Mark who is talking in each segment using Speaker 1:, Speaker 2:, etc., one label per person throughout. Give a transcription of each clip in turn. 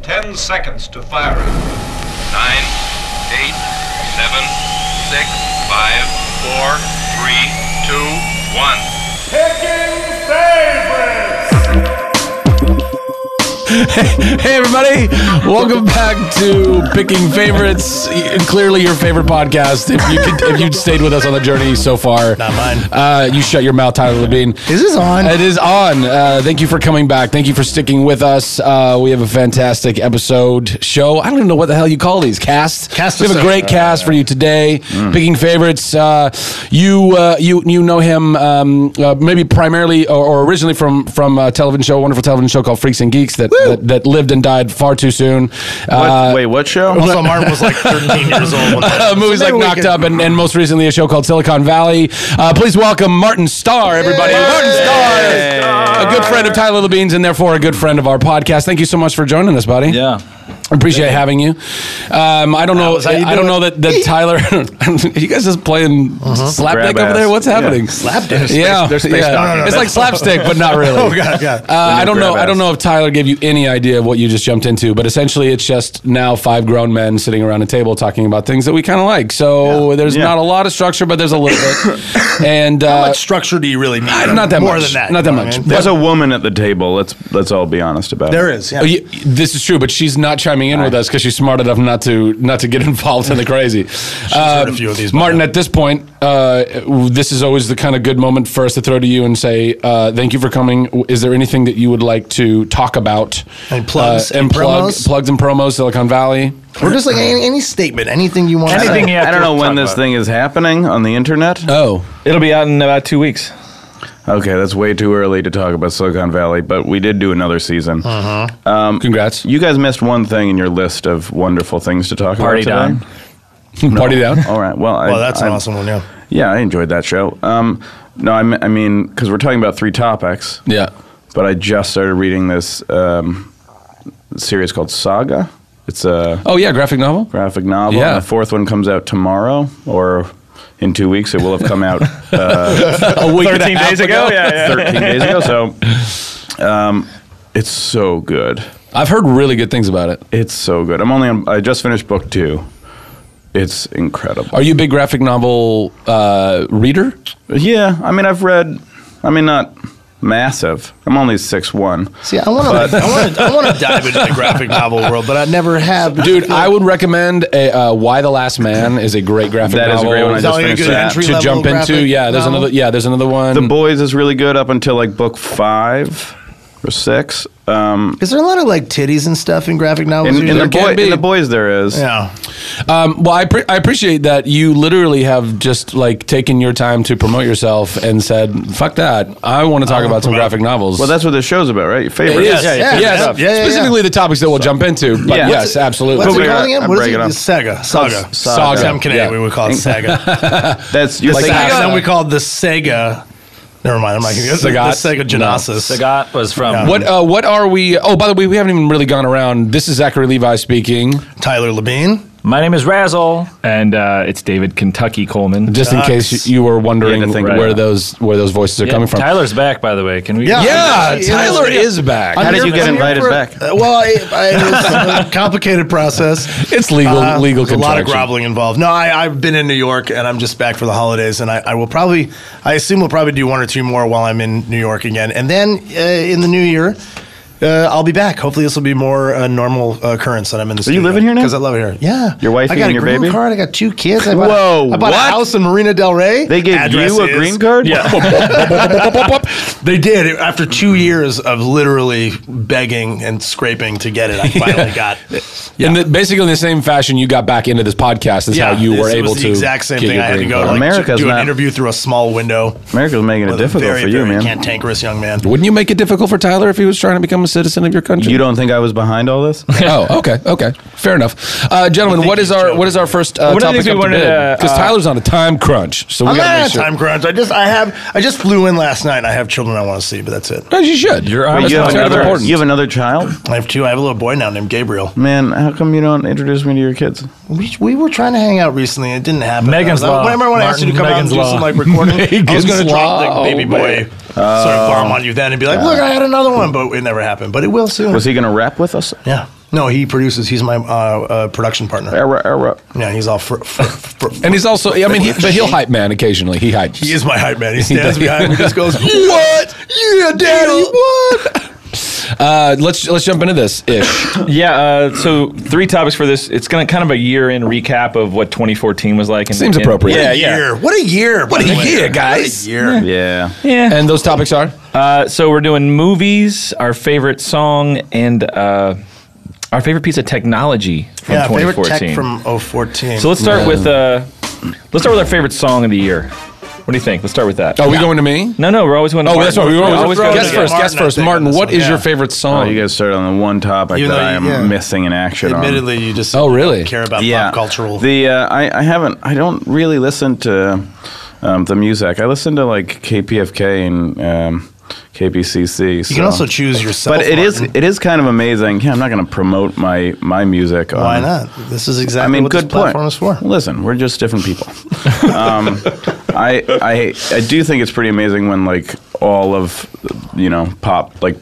Speaker 1: Ten seconds to firing.
Speaker 2: Nine, eight, seven, six, five, four, three, two, one.
Speaker 3: Picking favorites.
Speaker 4: Hey, everybody. Welcome back to Picking Favorites. Clearly, your favorite podcast. If, you could, if you'd stayed with us on the journey so far,
Speaker 5: Not mine.
Speaker 4: Uh, you shut your mouth, Tyler Labine.
Speaker 5: Is this on?
Speaker 4: It is on. Uh, thank you for coming back. Thank you for sticking with us. Uh, we have a fantastic episode show. I don't even know what the hell you call these cast. Mm.
Speaker 5: Cast
Speaker 4: We have a
Speaker 5: episode.
Speaker 4: great cast for you today. Picking favorites. Uh, you uh, you you know him um, uh, maybe primarily or, or originally from from a television show, a wonderful television show called Freaks and Geeks that that, that lived and died far too soon.
Speaker 6: What,
Speaker 4: Uh,
Speaker 6: wait, what show?
Speaker 5: Also, Martin was like 13 years old. When
Speaker 4: uh,
Speaker 5: that
Speaker 4: movies like
Speaker 5: maybe we
Speaker 4: Knocked
Speaker 5: could-
Speaker 4: Up and, and most recently a show called Silicon Valley. Uh, please welcome Martin Starr, everybody. Martin Starr, a good friend of Tyler Levine's and therefore a good friend of our podcast. Thank you so much for joining us, buddy.
Speaker 6: Yeah.
Speaker 4: I appreciate having you. Um, I don't know.
Speaker 5: was how you
Speaker 4: I
Speaker 5: do
Speaker 4: don't
Speaker 5: it.
Speaker 4: know that, that Tyler. are you guys just playing
Speaker 5: Uh-huh.
Speaker 4: slapdick
Speaker 6: Grab
Speaker 4: over there?
Speaker 6: ass.
Speaker 4: What's
Speaker 6: Yeah.
Speaker 4: happening?
Speaker 5: Slapdick.
Speaker 4: Yeah,
Speaker 6: They're spaced
Speaker 4: yeah.
Speaker 6: out. No, no, no.
Speaker 4: It's like slapstick, but not really.
Speaker 5: Oh, God, God.
Speaker 4: Uh, I don't know.
Speaker 6: grab
Speaker 4: I don't
Speaker 6: ass.
Speaker 4: know if Tyler gave you any idea of what you just jumped into, but essentially, it's just now five grown men sitting around a table talking about things that we kind of like. So there's
Speaker 6: Yeah.
Speaker 4: not a lot of structure, but there's a little bit. And uh,
Speaker 5: What structure do you really need?
Speaker 4: not that
Speaker 5: More
Speaker 4: much.
Speaker 5: than Ah, that.
Speaker 4: Not that
Speaker 5: you know what
Speaker 4: much.
Speaker 5: I mean?
Speaker 6: There's a woman at the table. Let's let's all be honest about
Speaker 5: There
Speaker 6: it.
Speaker 5: is. Yeah.
Speaker 4: Oh, you- this is true, but she's not chiming in with us because she's smart enough not to not to get involved in the crazy. She's
Speaker 5: heard a few of these by
Speaker 4: Martin.
Speaker 5: now.
Speaker 4: At this point, uh, this is always the kind of good moment for us to throw to you and say, uh, "Thank you for coming." Is there anything that you would like to talk about Uh,
Speaker 5: And plugs
Speaker 4: and,
Speaker 5: and
Speaker 4: plug,
Speaker 5: promos?
Speaker 4: plugs and promos? Silicon Valley.
Speaker 5: We're just like any, any statement, anything you want.
Speaker 7: Anything
Speaker 5: To say.
Speaker 7: you
Speaker 6: I
Speaker 7: have
Speaker 6: don't
Speaker 7: to
Speaker 6: know when
Speaker 7: talk
Speaker 6: this
Speaker 7: about.
Speaker 6: thing is happening on the internet.
Speaker 4: Oh,
Speaker 7: It'll be out in about two weeks.
Speaker 6: Okay, that's way too early to talk about Silicon Valley, but we did do another season.
Speaker 4: congrats!
Speaker 6: You guys missed one thing in your list of wonderful things to talk
Speaker 7: Party
Speaker 6: about today.
Speaker 7: down.
Speaker 4: Party down.
Speaker 6: All right. Well, I,
Speaker 5: Well, Oh, that's an
Speaker 6: I-
Speaker 5: awesome one. Yeah.
Speaker 6: Yeah, I enjoyed that show. Um, no, I, me- I mean, because we're talking about three topics,
Speaker 4: Yeah.
Speaker 6: but I just started reading this um, series called Saga. It's a
Speaker 4: Oh yeah, graphic novel.
Speaker 6: graphic novel.
Speaker 4: Yeah.
Speaker 6: And the fourth one comes out tomorrow or in two weeks. It will have come out uh,
Speaker 4: A week
Speaker 7: 13 days ago? Yeah, yeah.
Speaker 6: 13 days ago. So um, it's so good.
Speaker 4: I've heard really good things about it.
Speaker 6: It's so good. I'm only on, I just finished book two. It's incredible.
Speaker 4: Are you a big graphic novel uh, reader?
Speaker 6: Yeah. I mean, I've read, I mean, not massive. I'm only six one.
Speaker 5: See, I want to. I want to. I want to dive into the graphic novel world, but I never have.
Speaker 4: Dude, I would recommend a, uh, "Why the Last Man" is a great graphic
Speaker 6: That
Speaker 4: novel.
Speaker 6: is a great one. I
Speaker 5: Is
Speaker 6: just
Speaker 5: that like a
Speaker 6: finished
Speaker 5: good
Speaker 6: that.
Speaker 5: entry
Speaker 4: to
Speaker 5: level
Speaker 4: jump into.
Speaker 5: graphic
Speaker 4: Yeah, there's
Speaker 5: novel?
Speaker 4: another. Yeah, there's another one.
Speaker 6: The Boys is really good up until like book five or six. Um,
Speaker 5: Is there a lot of like titties and stuff in graphic novels?
Speaker 6: in, in,
Speaker 5: usually?
Speaker 6: the
Speaker 4: There can
Speaker 6: boy,
Speaker 4: be.
Speaker 6: in the Boys, there is.
Speaker 5: yeah.
Speaker 4: um, well, I, pre- I appreciate that you literally have just like taken your time to promote yourself and said, "Fuck that! I want to talk about some graphic novels."
Speaker 6: Well, that's what this show's about, right? Your
Speaker 4: it
Speaker 6: favorite.
Speaker 4: is.
Speaker 5: Yeah, yeah,
Speaker 4: yes,
Speaker 5: yeah, yeah, yeah.
Speaker 4: specifically the topics that we'll jump into. But
Speaker 6: Yeah.
Speaker 4: yes, absolutely.
Speaker 5: What's
Speaker 6: But
Speaker 5: it
Speaker 6: we
Speaker 5: called
Speaker 6: got-
Speaker 5: again?
Speaker 6: I'm
Speaker 5: What is
Speaker 6: breaking
Speaker 5: it?
Speaker 6: up.
Speaker 5: It's Sega. Saga.
Speaker 4: Saga.
Speaker 5: I'm Canadian.
Speaker 4: Yeah.
Speaker 5: We would call it Saga.
Speaker 6: That's you're
Speaker 5: like
Speaker 6: thinking-
Speaker 5: Saga. Then we called the Sega. Never mind. I'm not going to the
Speaker 4: Sagat?
Speaker 5: Sega Genesis.
Speaker 7: Sagat was from
Speaker 4: What uh, what are we? Oh, by the way, we haven't even really gone around. This is Zachary Levi speaking.
Speaker 5: Tyler Labine.
Speaker 7: My name is Razzle, and uh, it's David Kentucky Coleman.
Speaker 4: Just in case you were wondering
Speaker 6: You had to think
Speaker 4: where
Speaker 6: about it.
Speaker 4: those where those voices are
Speaker 1: Uh,
Speaker 7: Yeah,
Speaker 4: coming from.
Speaker 7: Tyler's back, by the way. Can we?
Speaker 4: Yeah,
Speaker 5: Yeah.
Speaker 4: Tyler is back.
Speaker 6: How did
Speaker 5: Here-
Speaker 6: you get
Speaker 5: I'm here
Speaker 6: invited
Speaker 5: for-
Speaker 6: back?
Speaker 5: Uh, well, I, I, it was a complicated process.
Speaker 4: It's legal
Speaker 5: Uh,
Speaker 4: legal
Speaker 5: there's a lot of
Speaker 4: contraction.
Speaker 5: groveling involved. No, I, I've been in New York and I'm just back for the holidays, and I, I will probably, I assume we'll probably do one or two more while I'm in New York again, and then uh, in the new year. Uh, I'll be back. Hopefully, this will be more uh, normal uh, occurrence that I'm in the.
Speaker 6: you living here now?
Speaker 5: Because I love it here. Yeah.
Speaker 6: Your wife
Speaker 5: I got
Speaker 6: and
Speaker 5: a
Speaker 6: your
Speaker 5: green
Speaker 6: baby?
Speaker 5: card. I got two kids. I bought,
Speaker 6: Whoa,
Speaker 5: I bought a
Speaker 6: what?
Speaker 5: house in Marina Del Rey.
Speaker 6: They gave
Speaker 5: Address
Speaker 6: you a
Speaker 5: is-
Speaker 6: green card? Oh,
Speaker 5: They did It- after two years of literally begging and scraping to get it. I finally got.
Speaker 4: And the, basically, in the same fashion, you got back into this podcast is how you
Speaker 5: this-
Speaker 4: were
Speaker 5: it was
Speaker 4: able
Speaker 5: the
Speaker 4: to
Speaker 5: exact same
Speaker 4: get
Speaker 5: thing.
Speaker 4: your
Speaker 5: I had to
Speaker 4: green
Speaker 5: go to,
Speaker 4: card.
Speaker 5: like,
Speaker 6: America's
Speaker 5: do an
Speaker 6: not-
Speaker 5: interview through a small window.
Speaker 6: America's making it
Speaker 5: with a
Speaker 6: difficult
Speaker 5: very,
Speaker 6: for you,
Speaker 5: very
Speaker 6: man.
Speaker 5: Cantankerous young man.
Speaker 4: Wouldn't you make it difficult for Tyler if he was trying to become a citizen of your country?
Speaker 6: You don't think I was behind all this?
Speaker 4: oh, okay, okay, fair enough, uh, gentlemen. What
Speaker 5: you,
Speaker 4: is our
Speaker 5: Joe.
Speaker 4: what is our first uh,
Speaker 7: One of the
Speaker 4: topic
Speaker 7: things we wanted to,
Speaker 4: Because
Speaker 7: uh,
Speaker 4: Tyler's on a time crunch, so we
Speaker 5: I'm
Speaker 4: got
Speaker 5: not
Speaker 4: to
Speaker 5: on a
Speaker 4: make sure.
Speaker 5: Ah, time crunch. I just I have I just flew in last night. and I have children I want to see, but that's it.
Speaker 4: As you should. You're
Speaker 7: on
Speaker 6: you, have
Speaker 7: That's
Speaker 6: another,
Speaker 4: important.
Speaker 6: you have another child?
Speaker 5: I have two. I have a little boy now named Gabriel.
Speaker 6: Man, how come you don't introduce me to your kids?
Speaker 5: We, we were trying to hang out recently. and It didn't happen.
Speaker 7: Megan's
Speaker 5: I was,
Speaker 7: Law.
Speaker 5: I remember when I asked you to come
Speaker 7: Martin,
Speaker 5: out and do
Speaker 7: Megan's
Speaker 5: some
Speaker 7: Law.
Speaker 5: like recording. I was
Speaker 4: Megan's
Speaker 5: going to drop
Speaker 4: Law,
Speaker 5: the baby boy sort of farm on you then and be like, look, I had another one, but it never happened. But it will soon.
Speaker 6: Was he going to rap with us?
Speaker 5: yeah. No, he produces. He's my uh, uh, production partner.
Speaker 6: Era, era.
Speaker 5: Yeah, he's all. Fr- fr- fr-
Speaker 4: And he's also, I mean, he, but he'll hype man occasionally. He hypes.
Speaker 5: he is my hype man. He stands behind me, just goes, "What? Yeah, Daddy, what?"
Speaker 4: Uh, let's let's jump into this ish.
Speaker 1: Yeah, uh, so three topics for this. It's gonna kind of a year in recap of what 2014 was like. And,
Speaker 4: Seems appropriate.
Speaker 1: yeah, yeah.
Speaker 5: Year. What a year! What
Speaker 4: a year, guys.
Speaker 5: What a year.
Speaker 6: Yeah.
Speaker 1: Yeah.
Speaker 4: and those topics are
Speaker 1: Uh, so we're doing movies, our favorite song, and uh, our favorite piece of technology from
Speaker 5: Yeah, favorite
Speaker 1: 2014.
Speaker 5: tech from 014.
Speaker 1: so let's start with uh, let's start with our favorite song of the year. What do you think? Let's start with that.
Speaker 4: are Oh, we going to me?
Speaker 1: No, no, we're always going. to
Speaker 4: Oh,
Speaker 1: Martin.
Speaker 4: that's right. We were always,
Speaker 5: always go
Speaker 4: guess first.
Speaker 5: to- Martin,
Speaker 4: guess
Speaker 5: I
Speaker 4: first.
Speaker 5: think,
Speaker 4: Martin,
Speaker 5: on this
Speaker 4: what
Speaker 5: one.
Speaker 4: is your
Speaker 5: Yeah.
Speaker 4: favorite
Speaker 6: Oh,
Speaker 4: song?
Speaker 6: you guys started on the one topic
Speaker 5: Even
Speaker 6: that
Speaker 5: though
Speaker 6: I
Speaker 5: you-
Speaker 6: am
Speaker 5: yeah.
Speaker 6: missing in action on.
Speaker 5: Admittedly, you just
Speaker 4: Oh, really?
Speaker 5: care about pop cultural.
Speaker 6: The uh, I, I haven't. I don't really listen to um, the music. I listen to like KPFK and um, KPCC.
Speaker 5: you can also choose yourself.
Speaker 6: but it is
Speaker 5: Martin.
Speaker 6: it is kind of amazing. Yeah, I'm not going to promote my my music.
Speaker 5: Why
Speaker 6: on,
Speaker 5: not? This is exactly
Speaker 6: Um, I mean,
Speaker 5: what
Speaker 6: good
Speaker 5: this platform
Speaker 6: point.
Speaker 5: is for.
Speaker 6: Listen, we're just different people. um, I, I I do think it's pretty amazing when like all of you know pop like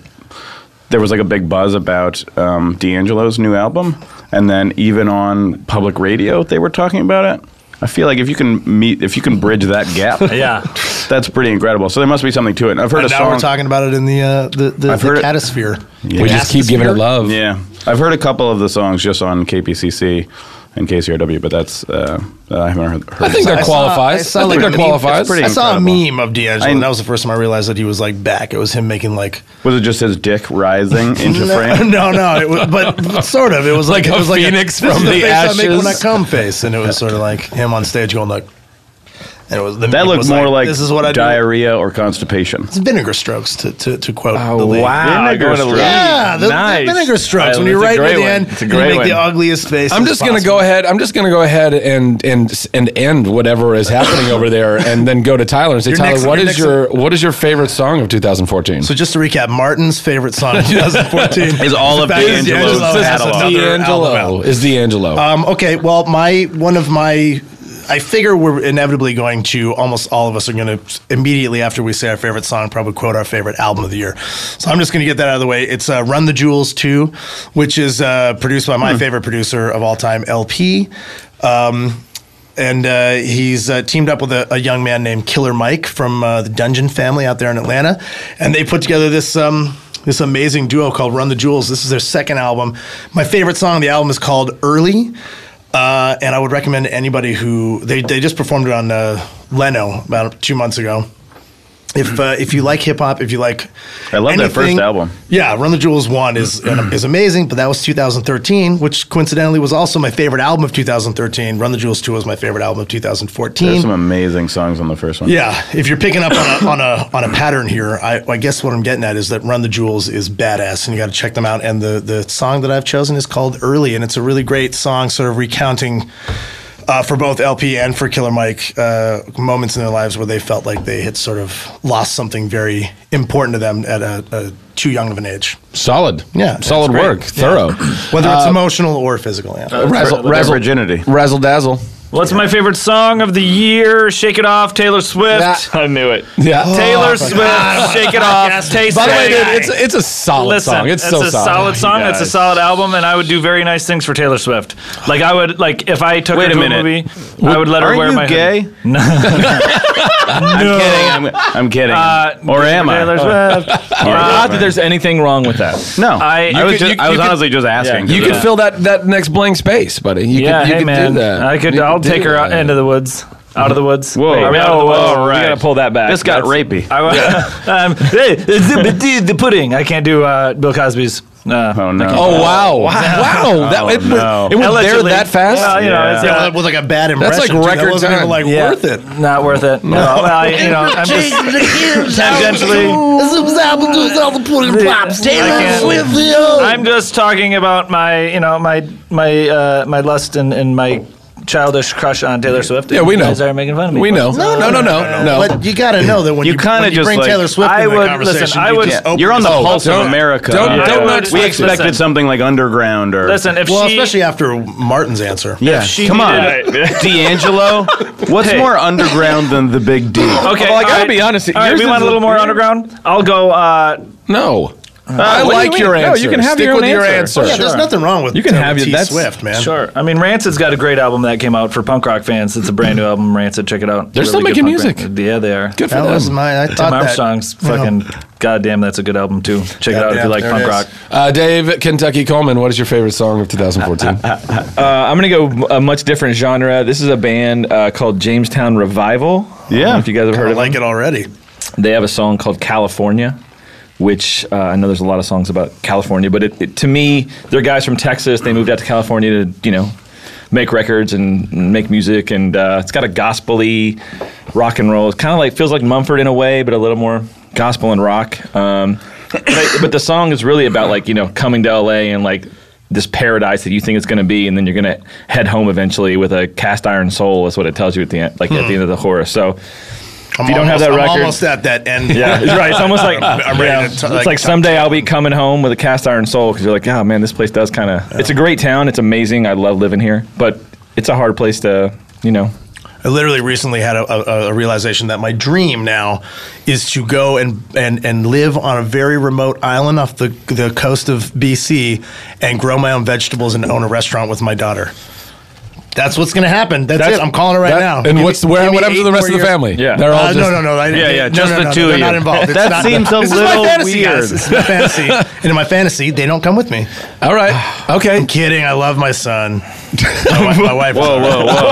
Speaker 6: there was like a big buzz about um, D'Angelo's new album, and then even on public radio they were talking about it. I feel like if you can meet if you can bridge that gap,
Speaker 1: Yeah.
Speaker 6: that's pretty incredible. So there must be something to it. And I've heard
Speaker 5: And
Speaker 6: a
Speaker 5: now
Speaker 6: song.
Speaker 5: we're talking about it in the uh, the the,
Speaker 6: I've
Speaker 5: the
Speaker 6: heard it-
Speaker 5: catosphere.
Speaker 6: Yeah.
Speaker 4: we just keep giving it love.
Speaker 6: Yeah, I've heard a couple of the songs just on KPCC and KCRW, but that's uh, I haven't heard. heard
Speaker 4: I think that
Speaker 5: I saw- I
Speaker 4: qualifies.
Speaker 5: saw
Speaker 4: I, think
Speaker 5: like
Speaker 4: that
Speaker 5: a meme-
Speaker 4: qualifies.
Speaker 6: it's pretty-
Speaker 5: I saw a
Speaker 6: incredible.
Speaker 5: meme of D'Angelo, and
Speaker 6: I-
Speaker 5: that was the first time I realized that he was like back. It was him making like
Speaker 6: Was it just his dick rising into frame?
Speaker 5: no, no, it was, but, but sort of. It was like,
Speaker 4: Like
Speaker 5: it
Speaker 4: a
Speaker 5: was
Speaker 4: phoenix
Speaker 5: this
Speaker 4: from
Speaker 5: is
Speaker 4: the
Speaker 5: face I make when I
Speaker 4: ashes.
Speaker 5: come face, and it was sort of like him on stage going like, and it was the
Speaker 6: That
Speaker 5: meme
Speaker 6: looked
Speaker 5: was
Speaker 6: more like,
Speaker 5: this is what I do.
Speaker 6: diarrhea or constipation.
Speaker 5: It's vinegar strokes to to, to quote. the
Speaker 1: Oh
Speaker 5: league.
Speaker 1: wow!
Speaker 6: Vinegar
Speaker 1: Going to
Speaker 6: stroke.
Speaker 1: league.
Speaker 5: Yeah, the, the
Speaker 1: Nice.
Speaker 5: vinegar strokes.
Speaker 1: Uh,
Speaker 5: when you're
Speaker 1: that's
Speaker 5: right near
Speaker 1: a great
Speaker 5: the
Speaker 1: one.
Speaker 5: end,
Speaker 1: It's a
Speaker 5: you
Speaker 1: great
Speaker 5: make
Speaker 1: one.
Speaker 5: the ugliest face.
Speaker 4: I'm
Speaker 5: as
Speaker 4: just gonna
Speaker 5: possible.
Speaker 4: go ahead. I'm just gonna go ahead and and and end whatever is happening over there, and then go to Tyler and say,
Speaker 5: Your
Speaker 4: Tyler,
Speaker 5: next-
Speaker 4: what
Speaker 5: your
Speaker 4: is
Speaker 5: next-
Speaker 4: your what is your favorite song of 2014?
Speaker 5: So just to recap, Martin's favorite song in 2014
Speaker 6: Is all of
Speaker 5: the fact that
Speaker 6: D'Angelo's
Speaker 5: D'Angelo
Speaker 6: catalog.
Speaker 5: has another album out.
Speaker 4: D'Angelo is D'Angelo.
Speaker 5: Um, okay, well, my one of my, I figure we're inevitably going to almost all of us are going to immediately after we say our favorite song probably quote our favorite album of the year. So I'm just going to get that out of the way. It's uh, Run the Jewels two, which is uh, produced by
Speaker 6: Hmm.
Speaker 5: my favorite producer of all time, LP. Um, and uh, he's uh, teamed up with a, a young man named Killer Mike from uh, the Dungeon family out there in Atlanta, and they put together this um, this amazing duo called Run the Jewels. This is their second album. My favorite song on the album is called Early, uh, and I would recommend to anybody who they they just performed it on uh, Leno about two months ago. If uh, if you like hip hop, if you like,
Speaker 6: I love that first album.
Speaker 5: yeah, Run the Jewels one is is amazing, but that was 2013, which coincidentally was also my favorite album of 2013. Run the Jewels two was my favorite album of
Speaker 6: There's
Speaker 5: 2014.
Speaker 6: some amazing songs on the first one.
Speaker 5: yeah, if you're picking up on a on a, on a pattern here, I, I guess what I'm getting at is that Run the Jewels is badass, and you got to check them out. And the the song that I've chosen is called Early, and it's a really great song, sort of recounting. Uh, for both LP and for Killer Mike, uh, moments in their lives where they felt like they had sort of lost something very important to them at a, a too young of an age.
Speaker 4: solid.
Speaker 5: yeah,
Speaker 4: Solid
Speaker 5: it's great.
Speaker 4: work.
Speaker 5: Yeah.
Speaker 4: Thorough.
Speaker 5: whether it's emotional or physical. Yeah.
Speaker 4: Razzle,
Speaker 6: Their
Speaker 4: razzle,
Speaker 6: virginity.
Speaker 4: razzle dazzle.
Speaker 1: What's my favorite song of the year? Shake It Off, Taylor
Speaker 4: That-
Speaker 1: Swift. I knew it.
Speaker 4: Yeah.
Speaker 1: Oh,
Speaker 5: Oh,
Speaker 1: Taylor Swift,
Speaker 5: Ah,
Speaker 1: Shake It Off, Taste
Speaker 4: By the way,
Speaker 1: It.
Speaker 4: dude, it's it's a solid
Speaker 1: Listen,
Speaker 4: song. It's
Speaker 1: that's
Speaker 4: so
Speaker 1: a
Speaker 4: solid.
Speaker 1: solid song. That's a
Speaker 6: guys.
Speaker 1: solid album, and I would do very nice things for Taylor Swift. Like I would, like if I took
Speaker 6: Wait
Speaker 1: her
Speaker 6: a
Speaker 1: to
Speaker 6: minute.
Speaker 1: movie, I would let her
Speaker 6: Aren't
Speaker 1: wear
Speaker 6: you
Speaker 1: my
Speaker 6: gay?
Speaker 1: hoodie. No,
Speaker 6: I'm kidding. I'm, I'm kidding.
Speaker 1: uh,
Speaker 6: or am I?
Speaker 1: Taylor Swift.
Speaker 6: Or am
Speaker 1: Not
Speaker 6: I?
Speaker 1: that there's anything wrong with that.
Speaker 6: no,
Speaker 1: I,
Speaker 6: I, was,
Speaker 4: could-
Speaker 6: just,
Speaker 4: you-
Speaker 6: I was
Speaker 4: you could-
Speaker 6: honestly just asking.
Speaker 1: you
Speaker 4: You could fill that, that next blank space, buddy. You
Speaker 1: yeah,
Speaker 4: could, you
Speaker 1: hey
Speaker 4: could
Speaker 1: man,
Speaker 4: do that.
Speaker 1: I could.
Speaker 4: You
Speaker 1: I'll
Speaker 4: do
Speaker 1: take her out
Speaker 4: that.
Speaker 1: into the woods, out of the woods.
Speaker 6: Whoa,
Speaker 1: Wait,
Speaker 6: are we out of the
Speaker 1: whoa,
Speaker 6: woods?
Speaker 1: whoa,
Speaker 6: Right.
Speaker 1: We gotta pull that back.
Speaker 6: This got
Speaker 1: That's-
Speaker 6: rapey.
Speaker 1: I, um, hey, it's the, the pudding. I can't do uh, Bill Cosby's. Uh,
Speaker 6: oh no.
Speaker 4: Oh wow! Wow! That it, went-
Speaker 6: no.
Speaker 4: it went there
Speaker 1: Oh, Allegedly.
Speaker 4: that fast.
Speaker 1: Well, you know, it's,
Speaker 5: Yeah,
Speaker 1: uh,
Speaker 5: that was like a bad impression.
Speaker 4: like
Speaker 5: too. That
Speaker 4: record
Speaker 5: wasn't even,
Speaker 4: time.
Speaker 5: like
Speaker 1: Yeah.
Speaker 5: worth it.
Speaker 1: Not worth it. No. well, I, you know, I'm just tangentially. I'm just talking about my, you know, my my uh, my lust and, and my childish crush on Taylor Swift.
Speaker 4: Yeah, we
Speaker 1: You
Speaker 4: know.
Speaker 1: guys are making fun of me.
Speaker 4: We
Speaker 1: for
Speaker 4: know.
Speaker 1: it.
Speaker 4: No, no, no, no, no.
Speaker 5: But you got to know that when
Speaker 6: You
Speaker 5: you,
Speaker 6: kinda
Speaker 5: when you
Speaker 6: just,
Speaker 5: bring
Speaker 6: like-
Speaker 5: Taylor Swift
Speaker 1: I
Speaker 5: into
Speaker 1: would-
Speaker 5: that conversation,
Speaker 1: listen, I
Speaker 5: you
Speaker 1: would-
Speaker 5: just
Speaker 6: Yeah,
Speaker 5: open
Speaker 6: You're on the
Speaker 1: Oh,
Speaker 5: yourself.
Speaker 6: pulse of
Speaker 4: don't-
Speaker 6: America.
Speaker 4: don't-
Speaker 6: Yeah.
Speaker 4: don't
Speaker 6: We
Speaker 4: not touch
Speaker 6: expected
Speaker 1: this.
Speaker 6: something like underground or
Speaker 1: Listen, if
Speaker 5: Well,
Speaker 1: she
Speaker 5: especially after Martin's answer.
Speaker 6: Yeah,
Speaker 1: she
Speaker 6: come on,
Speaker 1: needed
Speaker 6: D'Angelo. What's
Speaker 1: Hey.
Speaker 6: more underground than the Big D?
Speaker 1: Okay,
Speaker 6: well, I
Speaker 1: all
Speaker 6: gotta
Speaker 1: right.
Speaker 6: be honest.
Speaker 1: All right,
Speaker 6: yours
Speaker 1: we
Speaker 6: is
Speaker 1: want a little more underground. I'll go. Uh,
Speaker 4: No. I
Speaker 1: what do you
Speaker 4: like
Speaker 1: mean?
Speaker 4: your
Speaker 1: No,
Speaker 4: answer.
Speaker 1: you can have
Speaker 4: Stick
Speaker 1: your own
Speaker 4: with your answer.
Speaker 1: answer.
Speaker 5: Yeah, there's
Speaker 1: Sure.
Speaker 5: nothing wrong with
Speaker 1: You can
Speaker 5: uh,
Speaker 1: have your-
Speaker 5: T
Speaker 1: that's-
Speaker 5: Swift, man.
Speaker 7: Sure. I mean, Rancid's got a great album that came out for punk rock fans. It's a brand new album, Rancid. Check it out.
Speaker 4: They're still
Speaker 7: good
Speaker 4: making
Speaker 7: punk
Speaker 4: music.
Speaker 7: band. Yeah, they are.
Speaker 4: Good for
Speaker 5: That
Speaker 4: them.
Speaker 5: was my. I thought
Speaker 7: Tim
Speaker 5: that-
Speaker 7: Armstrong's
Speaker 5: you know,
Speaker 7: fucking goddamn. That's a good album too. Check it out if
Speaker 5: Goddamn,
Speaker 7: you like
Speaker 5: there
Speaker 7: punk
Speaker 5: it is.
Speaker 7: rock.
Speaker 4: Uh, Dave Kentucky Coleman, what is your favorite song of 2014?
Speaker 1: Uh, I'm gonna go a much different genre. This is a band uh, called Jamestown Revival. I don't know
Speaker 6: Yeah.
Speaker 1: if you guys have heard
Speaker 5: I
Speaker 1: of
Speaker 5: like
Speaker 1: them.
Speaker 5: it already.
Speaker 1: They have a song called California, which uh, I know there's a lot of songs about California, but it, it, to me, they're guys from Texas. They moved out to California to you know make records and and make music, and uh, it's got a gospely rock and roll. It kind of like feels like Mumford in a way, but a little more gospel and rock. Um, but, I- but the song is really about like you know coming to LA and like this paradise that you think it's going to be, and then you're going to head home eventually with a cast iron soul. Is what it tells you at the end, like at the end of the chorus. So
Speaker 5: I'm
Speaker 1: you don't
Speaker 5: almost-
Speaker 1: have that
Speaker 5: I'm
Speaker 1: record-
Speaker 5: almost at that end.
Speaker 1: yeah, it's right. It's almost like
Speaker 5: I'm- I'm ready to
Speaker 1: yeah,
Speaker 5: t-
Speaker 1: it's
Speaker 5: like
Speaker 1: like,
Speaker 5: talk
Speaker 1: someday I'll be coming home with a cast iron soul because you're like, oh man, this place does kind of. It's a great town. It's amazing. I love living here, but it's a hard place to, you know.
Speaker 5: I literally recently had a, a, a realization that my dream now is to go and, and, and live on a very remote island off the, the coast of BC and grow my own vegetables and own a restaurant with my daughter. That's what's going to happen. That's,
Speaker 4: That's-
Speaker 5: it. I'm calling it right
Speaker 4: That-
Speaker 5: now.
Speaker 4: And
Speaker 5: Give
Speaker 4: what's
Speaker 5: me-
Speaker 4: where?
Speaker 5: give me
Speaker 4: What happens to
Speaker 5: eight
Speaker 4: the rest
Speaker 5: more
Speaker 4: of the
Speaker 5: years.
Speaker 4: family?
Speaker 1: Yeah.
Speaker 4: They're all
Speaker 5: Uh,
Speaker 4: just-
Speaker 5: no, no, no. I,
Speaker 1: Yeah, yeah,
Speaker 5: no,
Speaker 1: just
Speaker 5: no,
Speaker 1: the
Speaker 5: no,
Speaker 1: two of
Speaker 5: They're not
Speaker 1: you.
Speaker 5: involved. It's
Speaker 1: That
Speaker 5: not-
Speaker 1: seems a
Speaker 5: this is my
Speaker 1: little
Speaker 5: fantasy,
Speaker 1: weird.
Speaker 5: guys. This is my fantasy. and in my fantasy, they don't come with me.
Speaker 4: All right. Okay.
Speaker 5: I'm kidding. I love my son. My wife. My wife
Speaker 6: Whoa, whoa, whoa!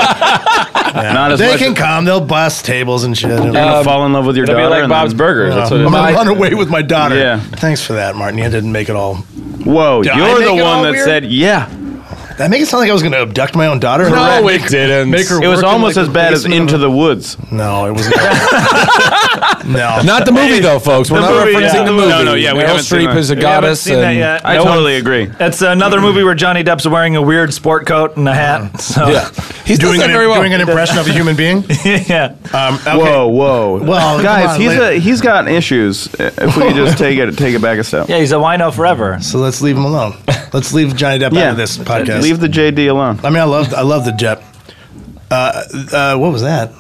Speaker 6: Not as
Speaker 5: They
Speaker 6: much.
Speaker 5: can come. They'll bust tables and shit.
Speaker 6: you're gonna fall in love with your
Speaker 1: It'll
Speaker 6: daughter.
Speaker 1: be like
Speaker 6: and
Speaker 1: Bob's
Speaker 6: then-
Speaker 1: Burgers. That's what it
Speaker 5: I'm
Speaker 1: is.
Speaker 5: gonna run away with my daughter.
Speaker 6: Yeah.
Speaker 5: Thanks for that, Martin. You didn't make it all.
Speaker 6: Whoa,
Speaker 5: Did I
Speaker 6: you're
Speaker 5: make
Speaker 6: the
Speaker 5: it all
Speaker 6: one that
Speaker 5: weird?
Speaker 6: said yeah.
Speaker 5: That make it sound like I was gonna abduct my own daughter.
Speaker 4: No,
Speaker 5: Correct.
Speaker 4: it didn't.
Speaker 5: Make her-
Speaker 6: It was
Speaker 5: Working
Speaker 6: almost
Speaker 5: like
Speaker 6: as
Speaker 5: a
Speaker 6: bad as
Speaker 5: policeman.
Speaker 6: Into the Woods.
Speaker 5: No, it wasn't. no.
Speaker 4: Not the movie though, folks. We're
Speaker 6: The
Speaker 4: not
Speaker 6: movie,
Speaker 4: referencing
Speaker 6: yeah.
Speaker 4: the movie.
Speaker 6: No, no, yeah, we
Speaker 4: Meryl
Speaker 6: haven't seen
Speaker 4: Streep
Speaker 6: that.
Speaker 4: is a
Speaker 6: We
Speaker 7: haven't
Speaker 4: goddess.
Speaker 7: seen that
Speaker 4: and-
Speaker 7: yet.
Speaker 6: I
Speaker 7: No
Speaker 6: totally agree.
Speaker 7: It's another movie where Johnny Depp's wearing a weird sport coat and a hat. So,
Speaker 4: Yeah, he's doing
Speaker 5: doing
Speaker 4: that
Speaker 5: an,
Speaker 4: very well.
Speaker 5: doing an impression of a human being.
Speaker 7: yeah.
Speaker 5: Um, okay.
Speaker 6: Whoa, whoa.
Speaker 5: Well, come
Speaker 6: guys,
Speaker 5: on,
Speaker 6: he's
Speaker 5: later.
Speaker 6: a, he's got issues. If we could just take it take it back a step.
Speaker 7: Yeah, he's a wino forever.
Speaker 5: So let's leave him alone. Let's leave Johnny Depp out of this podcast.
Speaker 6: Leave the JD alone.
Speaker 5: I mean, I love I love the Depp. Uh, uh, what was that?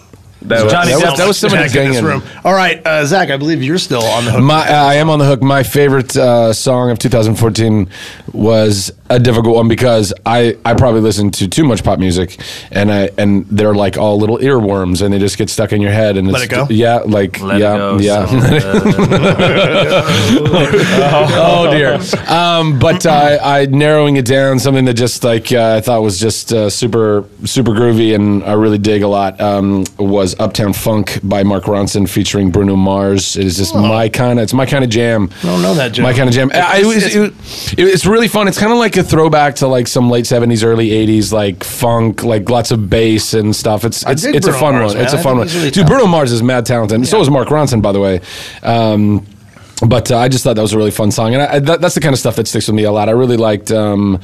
Speaker 6: That
Speaker 7: was- Johnny
Speaker 4: That was,
Speaker 7: Depp.
Speaker 4: that was somebody
Speaker 5: Jack in this
Speaker 4: ganging.
Speaker 5: room. All right, uh, Zach. I believe you're still on the hook.
Speaker 4: My, uh, I am on the hook. My favorite uh, song of 2014 was a difficult one because I, I probably listened to too much pop music, and I and they're like all little earworms, and they just get stuck in your head. And
Speaker 5: Let
Speaker 4: it's
Speaker 5: It Go?
Speaker 4: yeah, like
Speaker 7: Let
Speaker 4: yeah,
Speaker 7: it go.
Speaker 4: yeah.
Speaker 7: so, uh,
Speaker 4: oh dear. Um, but uh, I narrowing it down something that just like uh, I thought was just uh, super super groovy and I really dig a lot um, was Uptown Funk by Mark Ronson featuring Bruno Mars. It is just my kind of it's my kind of jam. I
Speaker 5: don't know that jam.
Speaker 4: My kind of jam. I, I- it was, it, it- it's really fun. It's kind of like a throwback to like some late seventies, early eighties like funk, like lots of bass and stuff. It's it's,
Speaker 5: dig
Speaker 4: it's a
Speaker 5: Bruno
Speaker 4: fun
Speaker 5: Mars,
Speaker 4: one.
Speaker 5: man.
Speaker 4: It's
Speaker 5: I
Speaker 4: a
Speaker 5: think
Speaker 4: fun one.
Speaker 5: he's really
Speaker 4: Dude, Bruno Mars is mad talented. and So is Mark Ronson, by the way. Um, but uh, I just thought that was a really fun song, and I, I- that, that's the kind of stuff that sticks with me a lot. I really liked um,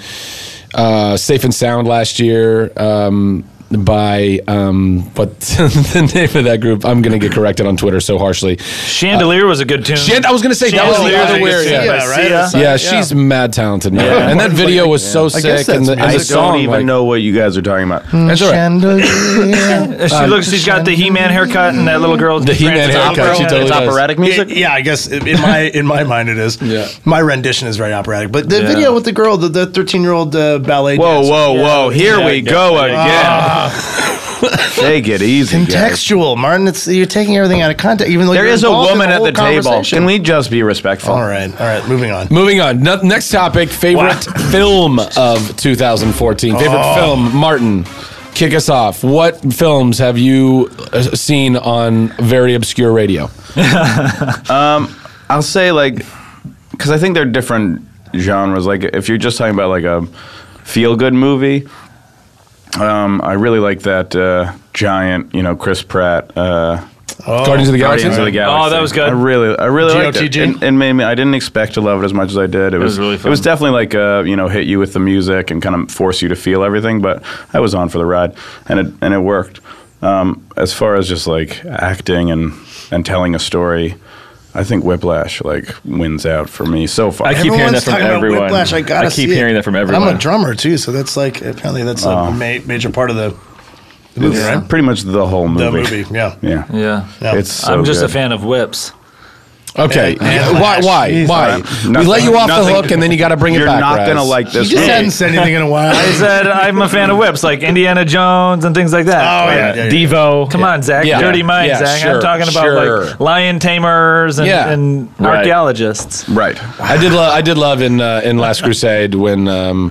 Speaker 4: uh, "Safe and Sound" last year um, by um, what the name of that group? I'm going to get corrected on Twitter so harshly.
Speaker 7: Chandelier was a good tune.
Speaker 4: Shand- I was going to say that was the
Speaker 7: Chandelier,
Speaker 4: other
Speaker 7: I
Speaker 4: word.
Speaker 7: guess,
Speaker 4: Yeah,
Speaker 7: yeah.
Speaker 5: right.
Speaker 7: Yeah.
Speaker 5: It's like-
Speaker 4: Yeah, she's mad talented, man.
Speaker 6: Yeah.
Speaker 4: And that video was so
Speaker 5: I guess
Speaker 4: sick,
Speaker 5: that's
Speaker 4: and the, and
Speaker 5: I
Speaker 4: the
Speaker 6: I
Speaker 4: song.
Speaker 6: don't even
Speaker 4: like-
Speaker 6: know what you guys are talking about.
Speaker 5: Hmm.
Speaker 4: That's all right.
Speaker 5: Chandelier.
Speaker 7: Uh, She looks. She's got the He-Man haircut and that little girl. The
Speaker 4: Uh, He-Man haircut, she totally
Speaker 6: It's
Speaker 4: does.
Speaker 6: operatic music.
Speaker 5: Yeah, I guess in in my in my mind it is.
Speaker 4: Yeah.
Speaker 5: My rendition is very operatic, but the video with the girl, the the thirteen year old uh, ballet.
Speaker 6: Whoa,
Speaker 5: dancer.
Speaker 6: whoa, whoa! Here we go again.
Speaker 5: Ah.
Speaker 6: Take it easy, guys.
Speaker 5: Contextual, Martin. It's you're taking everything out of context. Even though
Speaker 6: There
Speaker 5: you're
Speaker 6: is a
Speaker 5: involved in
Speaker 6: woman at
Speaker 5: whole
Speaker 6: the table.
Speaker 5: conversation.
Speaker 6: Can we just be respectful?
Speaker 5: All right, all right. Moving on.
Speaker 4: Moving on. No- next topic: favorite film of 2014. Favorite
Speaker 6: Oh.
Speaker 4: film, Martin. Kick us off. What films have you uh, seen on very obscure radio?
Speaker 6: I'll say like, because I think they're different genres. Like, if you're just talking about like a feel good movie, um, I really like that uh, giant, you know, Chris Pratt. Uh,
Speaker 4: Guardians of the Galaxy.
Speaker 6: Guardians of the Galaxy.
Speaker 7: Oh, that was good.
Speaker 6: I really, I really liked it.
Speaker 5: GOTG.
Speaker 6: And, and made me. I didn't expect to love it as much as I did. It, was,
Speaker 7: was really
Speaker 6: It was
Speaker 7: fun.
Speaker 6: definitely like uh, you know, hit you with the music and kind of force you to feel everything. But I was on for the ride, and it and it worked. Um, as far as just like acting and and telling a story, I think Whiplash like wins out for me so far.
Speaker 1: I keep hearing
Speaker 5: Everyone's
Speaker 1: that from
Speaker 5: talking about
Speaker 1: everyone.
Speaker 5: Whiplash, I gotta
Speaker 1: I keep
Speaker 5: see it.
Speaker 1: hearing that from
Speaker 5: And
Speaker 1: everyone.
Speaker 5: I'm a drummer too, so that's like apparently that's a ma- major part of the the movie,
Speaker 6: It's
Speaker 5: right?
Speaker 6: pretty much the whole movie.
Speaker 5: The movie, yeah.
Speaker 6: Yeah.
Speaker 7: Yeah.
Speaker 5: Yeah.
Speaker 6: It's so
Speaker 7: I'm just
Speaker 6: good.
Speaker 7: a fan of whips.
Speaker 4: Okay.
Speaker 5: Yeah.
Speaker 4: Why? Why?
Speaker 5: Jeez.
Speaker 4: Why?
Speaker 6: Nothing-
Speaker 4: we let you off
Speaker 6: nothing-
Speaker 4: the hook, and then you got to bring it
Speaker 6: You're
Speaker 4: back.
Speaker 6: not
Speaker 4: Raz.
Speaker 6: gonna like
Speaker 5: He
Speaker 6: this.
Speaker 5: just
Speaker 6: movie.
Speaker 5: hadn't said anything in a while.
Speaker 7: I said I'm a fan of whips, like Indiana Jones and things like that.
Speaker 5: Oh, yeah. yeah, yeah.
Speaker 8: Devo.
Speaker 7: Come on, Zach.
Speaker 4: Yeah.
Speaker 7: Dirty mind,
Speaker 4: Yeah,
Speaker 7: Zach.
Speaker 4: sure,
Speaker 7: I'm talking about
Speaker 4: sure.
Speaker 7: like lion tamers and,
Speaker 4: Yeah.
Speaker 7: and
Speaker 1: Right.
Speaker 7: archaeologists.
Speaker 6: Right.
Speaker 4: I did love. I did love in uh, in Last Crusade when um,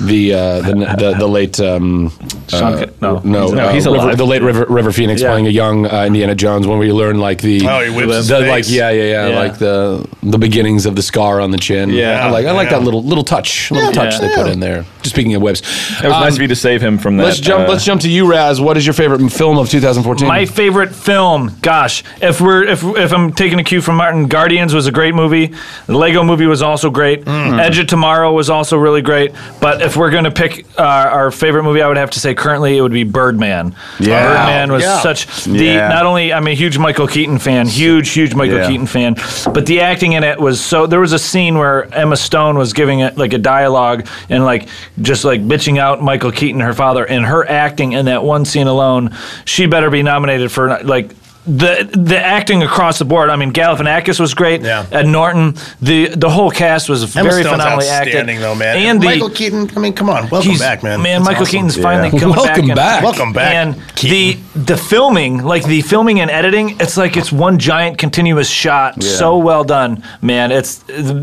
Speaker 4: the, uh, the the the late um,
Speaker 1: Sean
Speaker 4: uh,
Speaker 1: Con- no.
Speaker 4: no,
Speaker 1: Oh. He's- no,
Speaker 4: uh,
Speaker 1: he's
Speaker 4: River-
Speaker 1: alive.
Speaker 4: the late River, River Phoenix
Speaker 7: Yeah.
Speaker 4: playing a young uh, Indiana Jones when we learn like the
Speaker 5: Oh, he whips his
Speaker 4: the,
Speaker 5: face.
Speaker 4: like yeah, yeah yeah
Speaker 7: Yeah.
Speaker 4: like the the beginnings of the scar on the chin.
Speaker 1: Yeah.
Speaker 4: I like I like
Speaker 5: Yeah.
Speaker 4: that little little touch little touch
Speaker 1: Yeah.
Speaker 4: they put in there. Just speaking of webs,
Speaker 1: It was nice of you to save him from that.
Speaker 4: Um, Let's jump.
Speaker 1: uh,
Speaker 4: let's jump to you, Raz. What is your favorite film of 2014?
Speaker 7: My favorite film, gosh, if we're if if I'm taking a cue from Martin, Guardians was a great movie. The Lego Movie was also great.
Speaker 6: Mm.
Speaker 7: Edge of Tomorrow was also really great. But if we're gonna pick uh, our favorite movie, I would have to say currently it would be Birdman.
Speaker 6: Yeah.
Speaker 7: Birdman was
Speaker 5: Yeah.
Speaker 7: such the
Speaker 6: Yeah.
Speaker 7: not only I'm a huge Michael Keaton fan, huge huge Michael
Speaker 6: Yeah.
Speaker 7: Keaton fan, but the acting in it was so. There was a scene where Emma Stone was giving it like a dialogue and like just like bitching out Michael Keaton, her father, and her acting in that one scene alone, she better be nominated for like. The the acting across the board. I mean, Galifianakis was great.
Speaker 5: Yeah.
Speaker 7: Ed Norton. The the whole cast was
Speaker 5: Emma
Speaker 7: very
Speaker 5: Stone's
Speaker 7: phenomenally acted.
Speaker 5: outstanding, though, man.
Speaker 7: And the,
Speaker 5: Michael Keaton. I mean, come on, welcome
Speaker 7: he's-
Speaker 5: back, man.
Speaker 7: Man,
Speaker 5: That's
Speaker 7: Michael
Speaker 5: awesome.
Speaker 7: Keaton's
Speaker 6: Yeah.
Speaker 7: finally coming
Speaker 4: Welcome
Speaker 7: back.
Speaker 4: back.
Speaker 5: Welcome back,
Speaker 7: And
Speaker 5: Keaton.
Speaker 7: the the filming, like the filming and editing, it's like it's one giant continuous shot. So well done, man. It's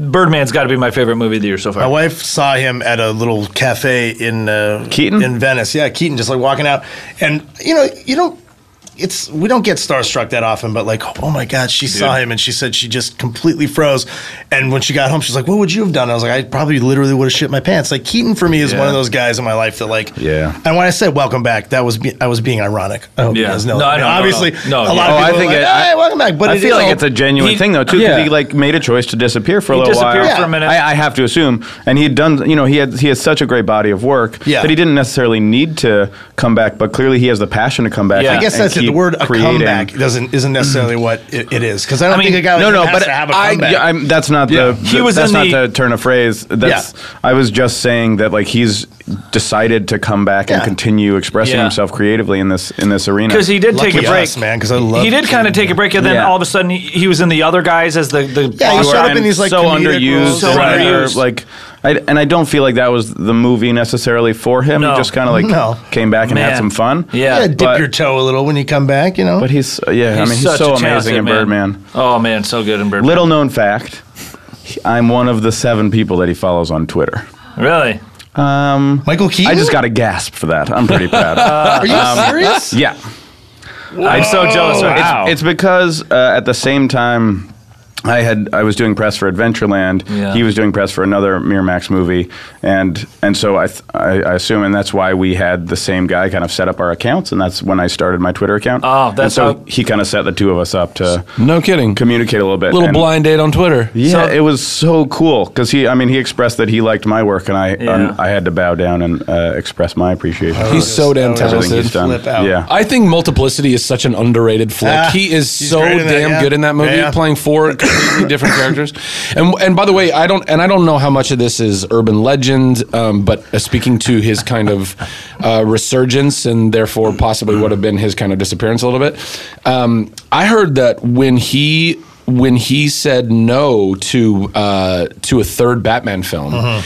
Speaker 7: Birdman's got to be my favorite movie of the year so
Speaker 5: My
Speaker 7: far.
Speaker 5: wife saw him at a little cafe in uh,
Speaker 6: Keaton?
Speaker 5: in Venice. Yeah, Keaton, just like walking out, and you know, you don't. It's we don't get starstruck that often, but like, oh my god, she saw him and she said she just completely froze. And when she got home, she's like, "What would you have done?" I was like, "I probably literally would have shit my pants." Like Keaton for me is one of those guys in my life that like,
Speaker 6: Yeah.
Speaker 5: And when I said welcome back, that was be- I was being ironic. I hope you
Speaker 7: Yeah.
Speaker 5: guys know.
Speaker 7: No,
Speaker 5: that.
Speaker 7: I know, no, no.
Speaker 5: obviously,
Speaker 7: No,
Speaker 5: a
Speaker 7: yeah.
Speaker 5: lot
Speaker 6: Oh,
Speaker 5: of
Speaker 6: I
Speaker 5: people
Speaker 6: think
Speaker 5: are like,
Speaker 6: I-
Speaker 5: "Hey, welcome back," but
Speaker 6: I
Speaker 5: it
Speaker 6: feel
Speaker 5: is-
Speaker 6: like it's a genuine
Speaker 7: he-
Speaker 6: thing though too, because
Speaker 1: yeah.
Speaker 6: he like made a choice to disappear for a little
Speaker 7: disappeared
Speaker 6: while.
Speaker 7: for a minute.
Speaker 6: I, I have to assume, and he had done, you know, he had he has such a great body of work
Speaker 5: Yeah.
Speaker 6: that he didn't necessarily need to come back, but clearly he has the passion to come back.
Speaker 7: Yeah.
Speaker 6: and-
Speaker 5: I guess
Speaker 6: and
Speaker 5: that's it. The
Speaker 6: keep
Speaker 5: word a
Speaker 6: creating.
Speaker 5: comeback doesn't isn't necessarily what it, it is because I don't
Speaker 7: I mean,
Speaker 5: think a guy like
Speaker 6: No, no,
Speaker 5: him has
Speaker 6: but
Speaker 5: to have a
Speaker 6: I,
Speaker 5: comeback.
Speaker 6: yeah, I'm, that's not
Speaker 5: Yeah.
Speaker 6: the,
Speaker 7: He
Speaker 6: the-
Speaker 7: was
Speaker 6: that's
Speaker 7: in
Speaker 6: not
Speaker 7: the-
Speaker 6: the, turn of phrase. That's I was just saying that like he's decided to come back and
Speaker 5: Yeah.
Speaker 6: continue expressing
Speaker 7: Yeah.
Speaker 6: himself creatively in this in this arena.
Speaker 7: Because he did
Speaker 5: Lucky
Speaker 7: take a break,
Speaker 5: us, man, 'cause I love
Speaker 7: he did kind of take a break, and then
Speaker 6: Yeah.
Speaker 7: all of a sudden he, he was in the other guys as the the.
Speaker 5: Yeah, he
Speaker 7: boss.
Speaker 6: You
Speaker 5: showed
Speaker 6: are-
Speaker 5: up in
Speaker 6: and
Speaker 5: these, like,
Speaker 6: so
Speaker 5: comedic
Speaker 6: underused,
Speaker 5: roles.
Speaker 7: So
Speaker 6: and
Speaker 7: Right.
Speaker 6: under-
Speaker 7: underused.
Speaker 6: like I, and I don't feel like that was the movie necessarily for him.
Speaker 7: No.
Speaker 6: He just kind of like
Speaker 5: No.
Speaker 6: came back and
Speaker 7: Man.
Speaker 6: had some fun.
Speaker 7: Yeah.
Speaker 5: yeah, dip
Speaker 6: but-
Speaker 5: your toe a little when you come back, you know.
Speaker 6: but he's uh, yeah. I mean,
Speaker 7: such
Speaker 6: he's
Speaker 7: a
Speaker 6: so
Speaker 7: talented
Speaker 6: amazing in Birdman.
Speaker 7: Oh man, so good in Birdman.
Speaker 6: Little known fact: I'm one of the seven people that he follows on Twitter.
Speaker 7: Really?
Speaker 6: Um,
Speaker 5: Michael Keaton.
Speaker 6: I just got a gasp for that. I'm pretty proud.
Speaker 5: Are you serious?
Speaker 6: Yeah.
Speaker 7: I'm so jealous. Right now.
Speaker 6: It's because uh, at the same time, I had I was doing press for Adventureland.
Speaker 7: Yeah.
Speaker 6: He was doing press for another Miramax movie, and and so I, th- I I assume, and that's why we had the same guy kind of set up our accounts, and that's when I started my Twitter account.
Speaker 7: Oh,
Speaker 6: And
Speaker 7: that's
Speaker 6: so
Speaker 7: how-
Speaker 6: he kind of set the two of us up to
Speaker 4: no kidding.
Speaker 6: communicate a little bit.
Speaker 4: little
Speaker 6: and-
Speaker 4: blind date on Twitter.
Speaker 6: Yeah, it was so cool because he, I mean, he expressed that he liked my work, and I,
Speaker 7: Yeah.
Speaker 6: um, I had to bow down and uh, express my appreciation. for
Speaker 4: He's so damn
Speaker 6: everything he's
Speaker 4: talented.
Speaker 6: done.
Speaker 5: Flip out.
Speaker 6: Yeah,
Speaker 4: I think Multiplicity is such an underrated flick.
Speaker 5: Ah,
Speaker 4: he is
Speaker 5: he's
Speaker 4: so
Speaker 5: great in that,
Speaker 4: damn
Speaker 5: yeah.
Speaker 4: good in that movie,
Speaker 5: Yeah, yeah.
Speaker 4: playing four completely different characters. And and by the way, I don't and I don't know how much of this is urban legend, um, but uh, speaking to his kind of uh, resurgence and therefore possibly would have been his kind of disappearance a little bit. Um, I heard that when he when he said no to uh, to a third Batman film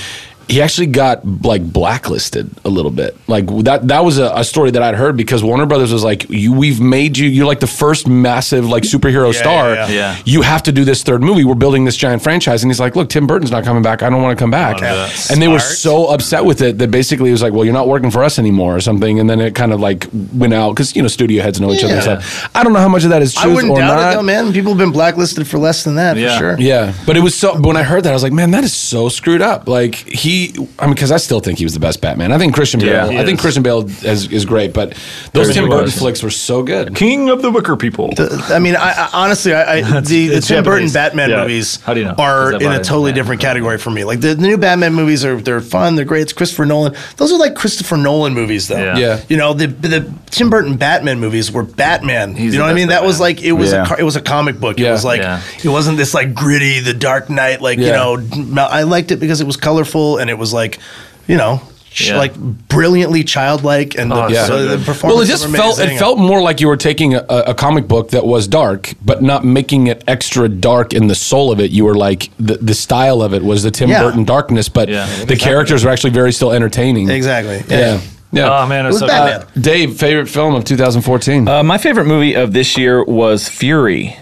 Speaker 4: he actually got like blacklisted a little bit. Like that that was a, a story that I'd heard because Warner Brothers was like, you, we've made you, you're like the first massive like superhero
Speaker 5: Yeah,
Speaker 4: star.
Speaker 5: yeah,
Speaker 7: yeah. Yeah.
Speaker 4: You have to do this third movie. We're building this giant franchise. And he's like, look, Tim Burton's not coming back. I don't want to come back.
Speaker 5: Yeah.
Speaker 4: And they were
Speaker 5: Smart.
Speaker 4: so upset with it that basically it was like, well, you're not working for us anymore or something. And then it kind of like went out because, you know, studio heads know each other.
Speaker 5: Yeah.
Speaker 4: And stuff. I don't know how much of that is
Speaker 5: I
Speaker 4: true
Speaker 5: wouldn't
Speaker 4: or
Speaker 5: doubt
Speaker 4: not.
Speaker 5: it though, man. People have been blacklisted for less than that
Speaker 7: Yeah.
Speaker 5: for sure.
Speaker 4: Yeah, but it was so. When I heard that, I was like, "Man, that is so screwed up." Like he, I mean, because I still think he was the best Batman. I think Christian
Speaker 6: Yeah.
Speaker 4: Bale.
Speaker 6: He
Speaker 4: I think Christian Bale is, is great, but those Tim Burton flicks were so good.
Speaker 7: King of the Wicker People.
Speaker 5: The- I mean, I, I honestly, I, I the, the
Speaker 7: it's
Speaker 5: Tim Burton
Speaker 7: Japanese.
Speaker 5: Batman
Speaker 7: Yeah.
Speaker 5: movies
Speaker 7: How do you know?
Speaker 5: are
Speaker 7: Is that
Speaker 5: in a
Speaker 7: about it?
Speaker 5: totally
Speaker 7: Yeah.
Speaker 5: different category for me. Like the, the new Batman movies are they're fun, they're great. It's Christopher Nolan. Those are like Christopher Nolan movies though.
Speaker 7: Yeah.
Speaker 4: Yeah.
Speaker 5: You know the the Tim Burton Batman movies were Batman.
Speaker 7: He's
Speaker 5: you know
Speaker 7: the
Speaker 5: what I
Speaker 7: best
Speaker 5: mean? That was
Speaker 7: Batman.
Speaker 5: like it was
Speaker 6: Yeah.
Speaker 5: a car, it was a comic book. It
Speaker 4: Yeah.
Speaker 5: was like
Speaker 7: Yeah.
Speaker 5: it wasn't this like gritty, the Dark Knight. Like
Speaker 4: Yeah.
Speaker 5: you know, I liked it because it was colorful and it was like you know. ch-
Speaker 7: Yeah.
Speaker 5: like brilliantly childlike, and the,
Speaker 7: Oh, it's so
Speaker 5: the,
Speaker 7: good.
Speaker 5: the performance.
Speaker 4: Well, it just felt it felt more like you were taking a, a comic book that was dark, but not making it extra dark in the soul of it. You were like the, the style of it was the Tim
Speaker 5: Yeah.
Speaker 4: Burton darkness, but
Speaker 7: Yeah.
Speaker 4: the characters were actually very still entertaining.
Speaker 5: exactly.
Speaker 4: Yeah. Yeah.
Speaker 7: Oh man, it's
Speaker 5: It was
Speaker 7: so
Speaker 5: Batman.
Speaker 7: good.
Speaker 4: Dave, favorite film of 2014.
Speaker 1: Uh, my favorite movie of this year was Fury.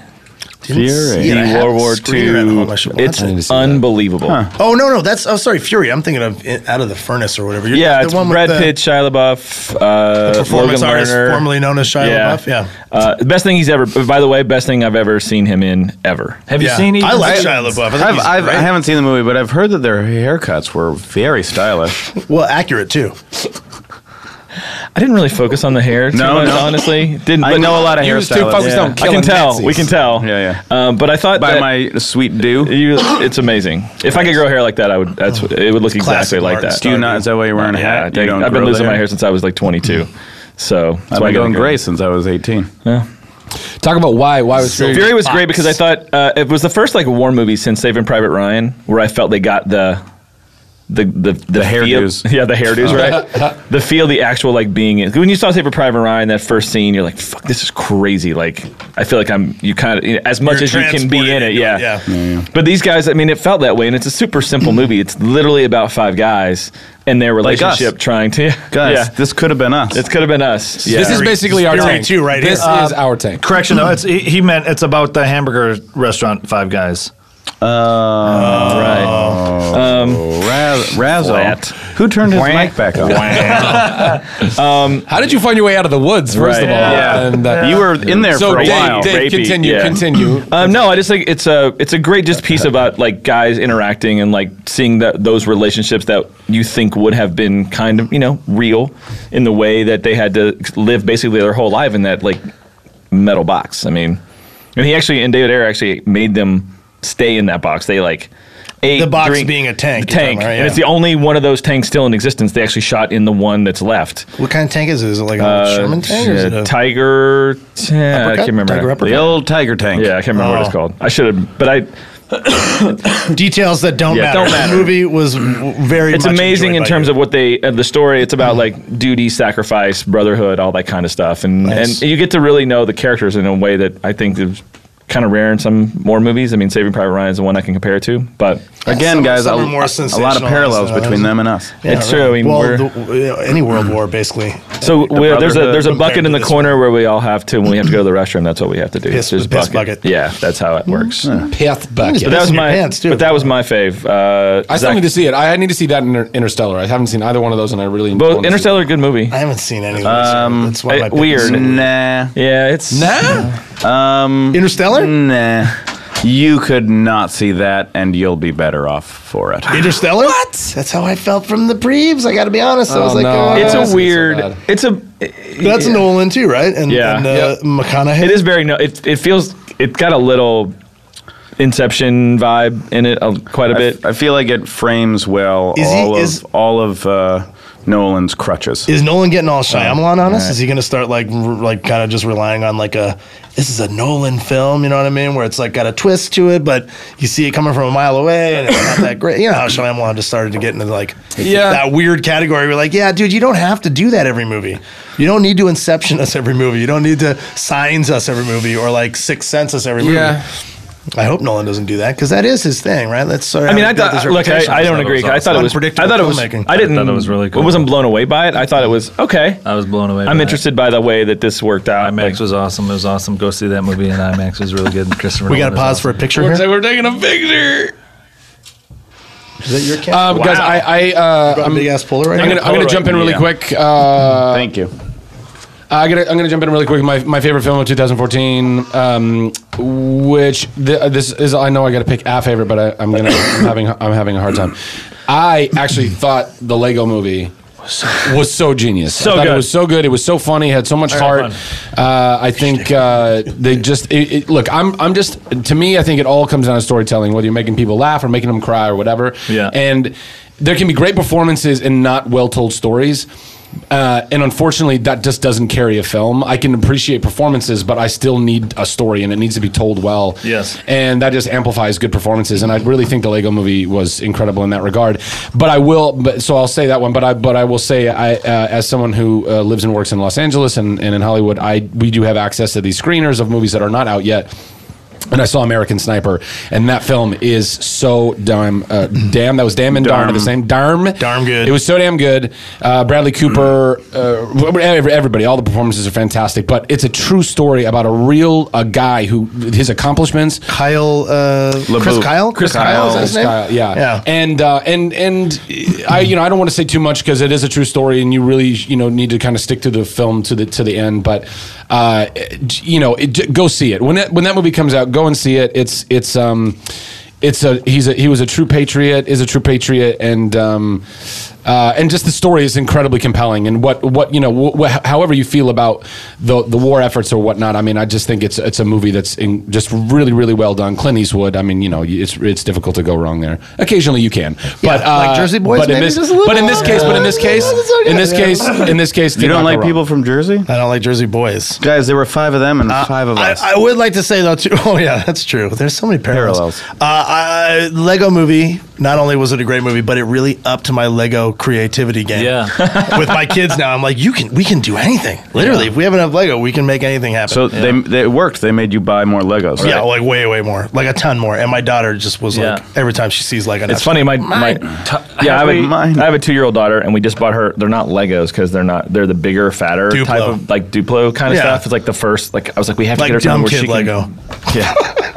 Speaker 5: Didn't see
Speaker 6: Fury.
Speaker 5: it. I
Speaker 1: The
Speaker 5: have
Speaker 1: World
Speaker 5: the
Speaker 1: War
Speaker 5: screener at home. I
Speaker 1: II.
Speaker 5: should watch
Speaker 1: It's
Speaker 5: it.
Speaker 4: to see that.
Speaker 1: unbelievable.
Speaker 5: Oh no no that's oh sorry Fury I'm thinking of In- Out of the Furnace or whatever You're-
Speaker 1: Yeah,
Speaker 5: the
Speaker 1: it's
Speaker 5: one with
Speaker 1: Brad
Speaker 5: the
Speaker 1: Pitt, Shia LaBeouf, uh,
Speaker 5: performance
Speaker 1: Logan
Speaker 5: artist
Speaker 1: Lerner.
Speaker 5: formerly known as Shia LaBeouf yeah
Speaker 1: Uh, the best thing he's ever. By the way, best thing I've ever seen him in ever.
Speaker 7: Have you
Speaker 5: Yeah.
Speaker 7: seen?
Speaker 5: I
Speaker 7: Even-
Speaker 5: like Shia LaBeouf I, think
Speaker 6: I've,
Speaker 5: he's
Speaker 6: I've, I
Speaker 5: great.
Speaker 6: haven't seen the movie, but I've heard that their haircuts were very stylish.
Speaker 5: well accurate too
Speaker 1: I didn't really focus on the hair too
Speaker 6: No,
Speaker 1: much,
Speaker 6: no.
Speaker 1: honestly. Didn't.
Speaker 6: I
Speaker 1: but-
Speaker 6: know a lot of
Speaker 4: He was too
Speaker 6: hairstylists.
Speaker 4: focused on
Speaker 1: I
Speaker 4: killing
Speaker 1: can tell.
Speaker 4: Nazis.
Speaker 1: We can tell.
Speaker 6: Yeah,
Speaker 1: Um, but I thought
Speaker 6: By
Speaker 1: that
Speaker 6: my sweet do.
Speaker 1: you, it's amazing. If I could grow hair like that, I would. That's
Speaker 4: Oh.
Speaker 1: what- it would look exactly
Speaker 5: classic
Speaker 1: like
Speaker 5: Martin
Speaker 1: that.
Speaker 6: Do you not? Is that why you're wearing a
Speaker 1: Yeah,
Speaker 6: hat?
Speaker 1: I
Speaker 6: You
Speaker 1: think-
Speaker 6: don't
Speaker 1: I've been
Speaker 6: grow
Speaker 1: losing
Speaker 6: there?
Speaker 1: my hair since I was like 22. So that's
Speaker 6: I've
Speaker 1: why I
Speaker 6: been
Speaker 1: got
Speaker 6: going
Speaker 1: it.
Speaker 6: gray since I was 18.
Speaker 4: Talk about why why was Fury?
Speaker 1: Fury was great because I thought uh, it was the first like war movie since Saving Private Ryan where I felt they got the the the, the,
Speaker 6: hairdos.
Speaker 1: Feel, yeah, the hairdos, right? the feel, the actual like being in. When you saw Saving Private Ryan, that first scene, you're like, "Fuck, this is crazy!" Like, I feel like I'm you kind of you know, as much
Speaker 5: You're
Speaker 1: as you can be in
Speaker 5: transported
Speaker 1: it,
Speaker 5: into
Speaker 1: yeah.
Speaker 5: it, yeah.
Speaker 1: But these guys, I mean, it felt that way, and it's a super simple movie. It's literally about five guys and their
Speaker 6: Like us.
Speaker 1: relationship trying to.
Speaker 6: Guys,
Speaker 1: yeah,
Speaker 6: this could have been us.
Speaker 1: it could have been us. Yeah.
Speaker 4: This is basically our
Speaker 5: Fury
Speaker 4: tank.
Speaker 5: two right Uh,
Speaker 4: this
Speaker 5: here.
Speaker 4: is our tank.
Speaker 7: Correction though, it's he, he meant it's about the hamburger restaurant Five Guys.
Speaker 1: right.
Speaker 6: Oh, Raz- Razzle.
Speaker 1: um, Flat.
Speaker 6: Who turned his mic back on?
Speaker 4: How did you find your way out of the woods? First
Speaker 1: Right.
Speaker 4: of all,
Speaker 6: Yeah.
Speaker 4: And, uh,
Speaker 6: you were in there
Speaker 4: so
Speaker 6: for a
Speaker 4: Dave,
Speaker 6: while.
Speaker 4: Dave,
Speaker 1: Rapey,
Speaker 4: continue,
Speaker 1: yeah.
Speaker 4: continue.
Speaker 1: Um, no, I just think it's a it's a great just piece about like guys interacting and like seeing that those relationships that you think would have been kind of you know real in the way that they had to live basically their whole life in that like metal box. I mean, and he actually and David Ayer actually made them stay in that box. They like ate
Speaker 5: The box
Speaker 1: drink-
Speaker 5: being a tank,
Speaker 1: the
Speaker 5: you're talking
Speaker 1: tank,
Speaker 5: about,
Speaker 1: and it's the
Speaker 5: yeah.
Speaker 1: only one of those tanks still in existence. They actually shot in the one that's left.
Speaker 5: what kind of tank is it is it like a Sherman tank or is it
Speaker 1: Uh,
Speaker 5: a
Speaker 1: Tiger, yeah, I
Speaker 5: Uppercut?
Speaker 1: can't remember.
Speaker 5: Tiger uppercut?
Speaker 6: The old tiger tank.
Speaker 1: Yeah, I can't remember what it's
Speaker 5: Oh.
Speaker 1: called. I should have, but I.
Speaker 5: details that don't
Speaker 1: Yeah,
Speaker 5: matter
Speaker 1: don't matter.
Speaker 5: the movie was w- very
Speaker 1: It's
Speaker 5: much
Speaker 1: amazing
Speaker 5: enjoyed
Speaker 1: in
Speaker 5: by
Speaker 1: terms
Speaker 5: you.
Speaker 1: of what they uh, the story. It's about like duty, sacrifice, brotherhood, all that kind of stuff, and
Speaker 5: Nice.
Speaker 1: and you get to really know the characters in a way that I think is kind of rare in some more movies. I mean, Saving Private Ryan is the one I can compare it to, but
Speaker 6: Again,
Speaker 5: Some-
Speaker 6: guys, a,
Speaker 5: some are more
Speaker 6: a lot of parallels
Speaker 5: sensationalized than
Speaker 6: between
Speaker 4: uh,
Speaker 5: others.
Speaker 6: them and us.
Speaker 1: it's true. I mean,
Speaker 5: well
Speaker 1: we're,
Speaker 5: the, uh, any world war basically
Speaker 1: so we're, there's a
Speaker 6: brotherhood
Speaker 1: there's a bucket
Speaker 5: compared
Speaker 1: in
Speaker 5: to
Speaker 1: the
Speaker 5: this
Speaker 1: corner where we all have to when we have to go to the restroom. That's what we have to do.
Speaker 5: Piss-
Speaker 1: There's
Speaker 5: the piss bucket. Hmm.
Speaker 1: Yeah, that's how it works.
Speaker 4: Path bucket.
Speaker 1: But that was
Speaker 5: in your
Speaker 1: my
Speaker 5: pants, too.
Speaker 1: but that was my fave. Uh,
Speaker 4: I still
Speaker 1: Zach-
Speaker 4: need to see it. I I need to see that in Inter- Interstellar. I haven't seen either one of those, and I really
Speaker 1: both
Speaker 4: wanna see
Speaker 1: Interstellar, good movie.
Speaker 5: I haven't seen any of those. That's why
Speaker 1: Um,
Speaker 5: my
Speaker 1: I-
Speaker 5: pick is-
Speaker 1: weird.
Speaker 6: Nah.
Speaker 1: Yeah, it's
Speaker 4: it. Nah,
Speaker 1: Um,
Speaker 5: Interstellar
Speaker 6: Nah. You could not see that, and you'll be better off for it.
Speaker 5: Interstellar what that's how I felt from the preves I got to be honest I was
Speaker 4: Oh,
Speaker 5: like
Speaker 4: no.
Speaker 5: uh,
Speaker 1: it's
Speaker 4: Yeah.
Speaker 1: a
Speaker 4: So
Speaker 1: weird.
Speaker 4: bad.
Speaker 1: it's a.
Speaker 5: That's
Speaker 1: yeah.
Speaker 5: Nolan too, right? And,
Speaker 1: Yeah.
Speaker 5: and uh,
Speaker 4: Yep.
Speaker 5: McConaughey.
Speaker 1: It is very no. It it feels it got a little Inception vibe in it uh, quite a
Speaker 6: I,
Speaker 1: bit.
Speaker 6: f- I feel like it frames well
Speaker 5: Is he-
Speaker 6: all of
Speaker 5: is-
Speaker 6: all of uh, Nolan's crutches.
Speaker 5: Is Nolan getting all Shyamalan on us? Is he going to start like, r- like kind of just relying on like a, this is a Nolan film, you know what I mean? Where it's like got a twist to it, but you see it coming from a mile away and it's not that great. You know how Shyamalan just started to get into like
Speaker 4: Yeah.
Speaker 5: that weird category. We're like, yeah, dude, you don't have to do that every movie. You don't need to Inception us every movie. You don't need to Signs us every movie or like Sixth Sense us every movie.
Speaker 4: Yeah.
Speaker 5: I hope Nolan doesn't do that because that is his thing, right? That's uh, sort of
Speaker 1: I
Speaker 5: how
Speaker 1: mean,
Speaker 5: he
Speaker 1: I
Speaker 5: built
Speaker 1: thought.
Speaker 5: his
Speaker 1: Look,
Speaker 5: reputation.
Speaker 1: I, I don't agree. I thought it was. I
Speaker 5: Unpredictable
Speaker 1: thought it was.
Speaker 5: filmmaking.
Speaker 1: I didn't.
Speaker 7: I thought it was really cool.
Speaker 1: I wasn't blown away by it. I thought it was okay.
Speaker 7: I was blown away. by
Speaker 1: I'm
Speaker 7: that.
Speaker 1: interested by the way that this worked out.
Speaker 7: IMAX was awesome. It was awesome. Go see that movie in IMAX. It was really good. Christopher.
Speaker 5: We got to
Speaker 7: Nolan is
Speaker 5: pause for a
Speaker 7: awesome.
Speaker 5: picture here.
Speaker 4: we're taking a picture.
Speaker 5: Is that your camera?
Speaker 4: Um, Guys, I, I, uh,
Speaker 5: I'm
Speaker 4: I'm,
Speaker 5: big ass Polaroid.
Speaker 4: I'm gonna, I'm gonna jump in really
Speaker 1: Yeah.
Speaker 4: quick. Uh,
Speaker 6: Thank you.
Speaker 4: I gotta, I'm gonna jump in really quick. My, my favorite film of 2014, um, which th- this is. I know I gotta pick a favorite, but I, I'm gonna. I'm having. I'm having a hard time. I actually thought the Lego Movie. Was so genius.
Speaker 1: So
Speaker 4: I thought
Speaker 1: good.
Speaker 4: It was so good. It was so funny. Had so much
Speaker 7: right,
Speaker 4: heart. Uh, I think uh, they just it, it, look. I'm. I'm just. To me, I think it all comes down to storytelling. Whether you're making people laugh or making them cry or whatever.
Speaker 7: Yeah.
Speaker 4: And there can be great performances and not well told stories. Uh, and unfortunately, that just doesn't carry a film. I can appreciate performances, but I still need a story, and it needs to be told well.
Speaker 7: Yes.
Speaker 4: and that just amplifies good performances. And I really think the Lego Movie was incredible in that regard. But I will, but, so I'll say that one. But I, but I will say, I uh, as someone who uh, lives and works in Los Angeles and, and in Hollywood, I we do have access to these screeners of movies that are not out yet and I saw American Sniper, and that film is so damn, uh, damn. That was damn and darn at the
Speaker 6: Darn.
Speaker 4: same darn,
Speaker 5: Darn good.
Speaker 4: It was so damn good. Uh, Bradley Cooper, uh, wh- every- everybody, all the performances are fantastic. But it's a true story about a real a guy who his accomplishments.
Speaker 5: Kyle, uh, Chris
Speaker 6: LeBeau.
Speaker 5: Kyle,
Speaker 6: Chris
Speaker 5: is that
Speaker 6: Kyle.
Speaker 5: his name?
Speaker 4: Style, yeah,
Speaker 5: yeah.
Speaker 4: and uh, and and I, you know, I don't want to say too much because it is a true story, and you really, you know, need to kind of stick to the film to the to the end. But, uh, it- you know, it, go see it when it, when that movie comes out. Go and see it. It's it's um, it's a he's a he was a true patriot, is a true patriot, and um, uh, and just the story is incredibly compelling. And what what you know, wh- wh- however you feel about the the war efforts or whatnot, I mean, I just think it's it's a movie that's in, just really really well done. Clint Eastwood, I mean, you know, it's it's difficult to go wrong there. Occasionally you can, but
Speaker 5: Yeah, like
Speaker 4: uh,
Speaker 5: Jersey Boys
Speaker 4: But in
Speaker 5: maybe
Speaker 4: this,
Speaker 5: just a little
Speaker 4: but in this
Speaker 5: long.
Speaker 4: case, but in this case,
Speaker 5: It's okay.
Speaker 4: in this case, in this case,
Speaker 6: You don't like people from Jersey?
Speaker 5: I don't like Jersey boys.
Speaker 6: Guys, there were five of them and five of
Speaker 5: Uh, I,
Speaker 6: us.
Speaker 5: I would like to say though too. Oh yeah, that's true. There's so many parallels.
Speaker 6: Parallels.
Speaker 5: Uh, I, Lego Movie. Not only was it a great movie, but it really upped my Lego creativity game.
Speaker 7: Yeah.
Speaker 5: With my kids now, I'm like, you can, we can do anything. Literally, if we have enough Lego, we can make anything happen.
Speaker 6: so they, they it worked. They made you buy more Legos.
Speaker 5: yeah,
Speaker 6: right?
Speaker 5: like way, way more, like a ton more. And my daughter just was
Speaker 7: Yeah.
Speaker 5: like, every time she sees Lego,
Speaker 1: It's funny, my, my yeah, I have,
Speaker 6: Mine.
Speaker 1: a,
Speaker 6: Mine.
Speaker 1: I have a two-year-old daughter, and we just bought her. They're not Legos because they're not. They're the bigger, fatter
Speaker 5: Duplo.
Speaker 1: type of like Duplo kind of
Speaker 5: Yeah.
Speaker 1: stuff. It's like the first. Like I was like, we have to
Speaker 5: Like
Speaker 1: get her
Speaker 5: dumb
Speaker 1: something where
Speaker 5: kid
Speaker 1: she
Speaker 5: Lego.
Speaker 1: Can, yeah.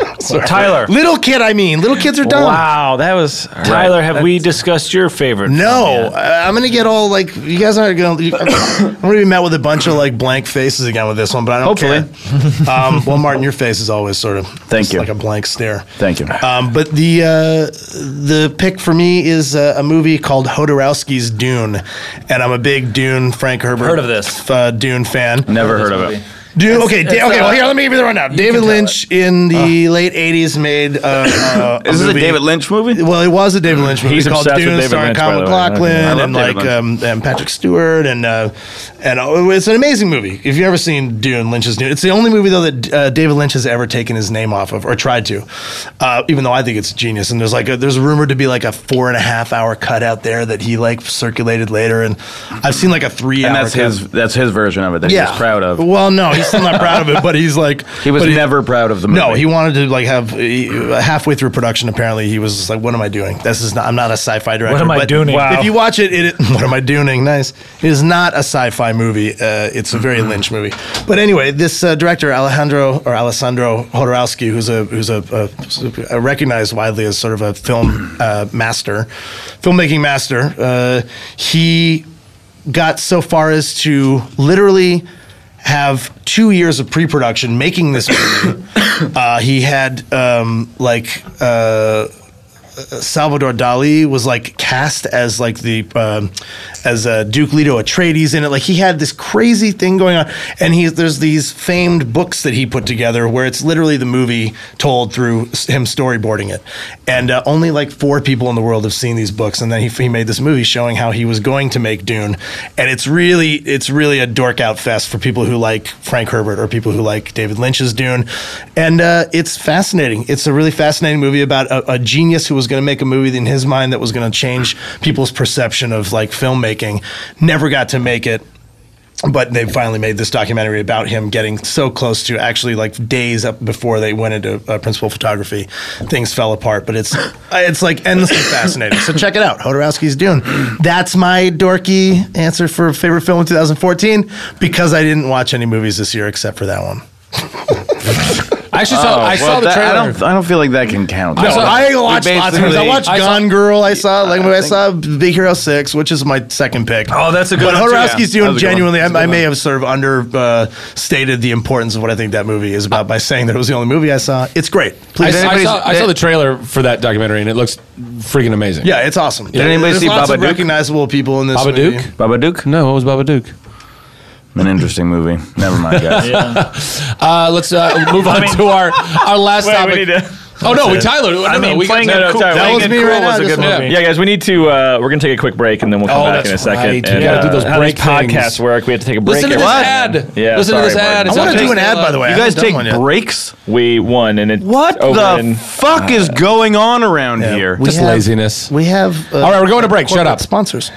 Speaker 7: Tyler.
Speaker 5: Little kid, I mean, little kids are dumb.
Speaker 1: wow, that was
Speaker 7: Tyler, have we discussed your favorite?
Speaker 5: No, I- I'm gonna get all like you guys aren't gonna. You, I'm gonna be met with a bunch of like blank faces again with this one, but I don't care. um, well, Martin, your face is always sort of
Speaker 6: Thank
Speaker 5: just
Speaker 6: you.
Speaker 5: like a blank stare.
Speaker 6: Thank you.
Speaker 5: Um, but the uh, the pick for me is uh, a movie called Hodorowski's Dune, and I'm a big Dune Frank Herbert
Speaker 7: Heard of this.
Speaker 5: uh, Dune fan.
Speaker 6: Never heard of it.
Speaker 5: Dune, okay, da- okay.
Speaker 6: uh,
Speaker 5: well, here, let me give you the rundown. David Lynch in the late '80s made. Uh, uh,
Speaker 6: Is this a
Speaker 5: movie-
Speaker 6: David Lynch movie?
Speaker 5: well, it was a David Lynch movie
Speaker 1: He's
Speaker 5: called
Speaker 1: obsessed with
Speaker 5: Dune,
Speaker 1: David
Speaker 5: starring
Speaker 1: Lynch,
Speaker 5: Kyle
Speaker 1: by the way. I
Speaker 5: McLaughlin
Speaker 1: love
Speaker 5: and
Speaker 6: David
Speaker 5: like um, and Patrick Stewart and uh, and uh, it's an amazing movie. If you've ever seen Dune, Lynch's Dune, it's the only movie though that uh, David Lynch has ever taken his name off of or tried to. Uh, even though I think it's genius, and there's like a, there's rumored to be like a four and a half hour cut out there that he like circulated later, and I've seen like a three
Speaker 6: And
Speaker 5: hour
Speaker 6: that's his that's his version of it that
Speaker 5: yeah,
Speaker 6: he was proud of.
Speaker 5: Well, no, he's still not proud of it, but he's like
Speaker 6: he was
Speaker 5: but
Speaker 6: never proud of the movie.
Speaker 5: no, he wanted to like have he, uh, halfway through production. Apparently, he was just like, "What am I doing? This is not. I'm not a sci-fi director.
Speaker 7: am I
Speaker 5: But
Speaker 7: doing? Wow.
Speaker 5: If you watch it, it what am I doing? Nice. It is not a sci-fi movie. Uh, it's a very Lynch movie. But anyway, this uh, director Alejandro or Alessandro Hodorowski, who's a who's a, a, a recognized widely as sort of a film uh, master, filmmaking master. Uh, he got so far as to literally have two years of pre-production making this movie. uh, he had um, like uh, Salvador Dali was like cast as like the um, as uh, Duke Leto Atreides in it. Like he had this crazy thing going on, and he there's these famed books that he put together where it's literally the movie told through s- him storyboarding it, and uh, only like four people in the world have seen these books. And then he, he made this movie showing how he was going to make Dune, and it's really it's really a dork out fest for people who like Frank Herbert or people who like David Lynch's Dune, and uh, it's fascinating. It's a really fascinating movie about a, a genius who was going to make a movie in his mind that was going to change people's perception of like filmmaking. Never got to make it. But they finally made this documentary about him getting so close to actually like days up before they went into uh, principal photography, things fell apart. But it's it's like endlessly fascinating. So check it out, Hodorowski's Dune. That's my dorky answer for favorite film in 2014 because I didn't watch any movies this year except for that one.
Speaker 4: I actually saw.
Speaker 6: Oh,
Speaker 4: I saw
Speaker 6: well,
Speaker 4: the
Speaker 6: that-
Speaker 4: trailer.
Speaker 6: I don't, I don't feel like that can count.
Speaker 4: I
Speaker 5: No,
Speaker 4: saw-
Speaker 5: I
Speaker 6: We
Speaker 5: watched lots of movies. I
Speaker 6: basically-
Speaker 5: watched
Speaker 4: I saw-
Speaker 5: Gone Girl. I saw like I, saw Big Hero Six, which is my second pick.
Speaker 7: Oh, that's a good
Speaker 5: But
Speaker 7: one, too.
Speaker 5: Hodorowski's
Speaker 6: Yeah, that
Speaker 5: doing
Speaker 6: was a good one.
Speaker 5: genuinely. I,
Speaker 6: That's a
Speaker 5: I may have sort of understated uh, stated the importance of what I think that movie is about by saying that it was the only movie I saw. It's great.
Speaker 4: I,
Speaker 5: Please,
Speaker 4: I
Speaker 5: anybody-
Speaker 4: saw, I saw the trailer for that documentary, and it looks freaking amazing.
Speaker 5: yeah, it's awesome.
Speaker 6: Did anybody
Speaker 5: There's
Speaker 6: see
Speaker 5: lots of
Speaker 6: Babadook?
Speaker 5: recognizable people in this
Speaker 4: Baba
Speaker 5: movie.
Speaker 4: Duke.
Speaker 6: Babadook?
Speaker 4: No, it was Baba Duke.
Speaker 6: An interesting movie. Never mind, guys.
Speaker 4: Uh, let's uh, move on to our our last
Speaker 7: Wait,
Speaker 4: topic.
Speaker 7: we need to-
Speaker 4: Oh no, we Tyler. No,
Speaker 7: I mean,
Speaker 4: no, we
Speaker 7: playing
Speaker 4: got,
Speaker 1: No,
Speaker 7: it,
Speaker 1: no, sorry.
Speaker 7: playing
Speaker 1: That
Speaker 5: was
Speaker 7: It
Speaker 5: me
Speaker 7: cool
Speaker 5: right now,
Speaker 7: was a
Speaker 5: this
Speaker 7: good
Speaker 5: one.
Speaker 7: movie.
Speaker 1: Yeah, guys, we need to. Uh, we're gonna take a quick break and then we'll come
Speaker 5: Oh,
Speaker 1: back in a
Speaker 5: that's
Speaker 1: second.
Speaker 5: right.
Speaker 1: And,
Speaker 5: We gotta
Speaker 4: do
Speaker 1: uh,
Speaker 4: those
Speaker 1: how
Speaker 4: break
Speaker 1: these podcasts
Speaker 4: things.
Speaker 1: work. We have to take a break.
Speaker 4: Listen to this
Speaker 1: every-
Speaker 4: ad.
Speaker 1: Yeah,
Speaker 4: Listen to
Speaker 1: sorry,
Speaker 4: this
Speaker 1: Mark.
Speaker 4: ad.
Speaker 1: I
Speaker 5: I
Speaker 4: It's
Speaker 5: want
Speaker 4: on
Speaker 5: to do an
Speaker 4: Disney
Speaker 5: ad, by
Speaker 4: Live.
Speaker 5: the way. I
Speaker 6: You
Speaker 5: haven't
Speaker 6: guys
Speaker 5: Oh, done
Speaker 6: take
Speaker 5: one yet.
Speaker 6: breaks?
Speaker 1: We won, and it's
Speaker 6: What
Speaker 1: over
Speaker 6: the
Speaker 1: in-
Speaker 6: fuck is going on around
Speaker 5: Yeah.
Speaker 6: here?
Speaker 5: We
Speaker 4: Just
Speaker 5: have-
Speaker 4: laziness.
Speaker 5: We have. Uh,
Speaker 4: All right, we're going to break. Shut
Speaker 5: corporate
Speaker 4: up.
Speaker 5: Sponsors.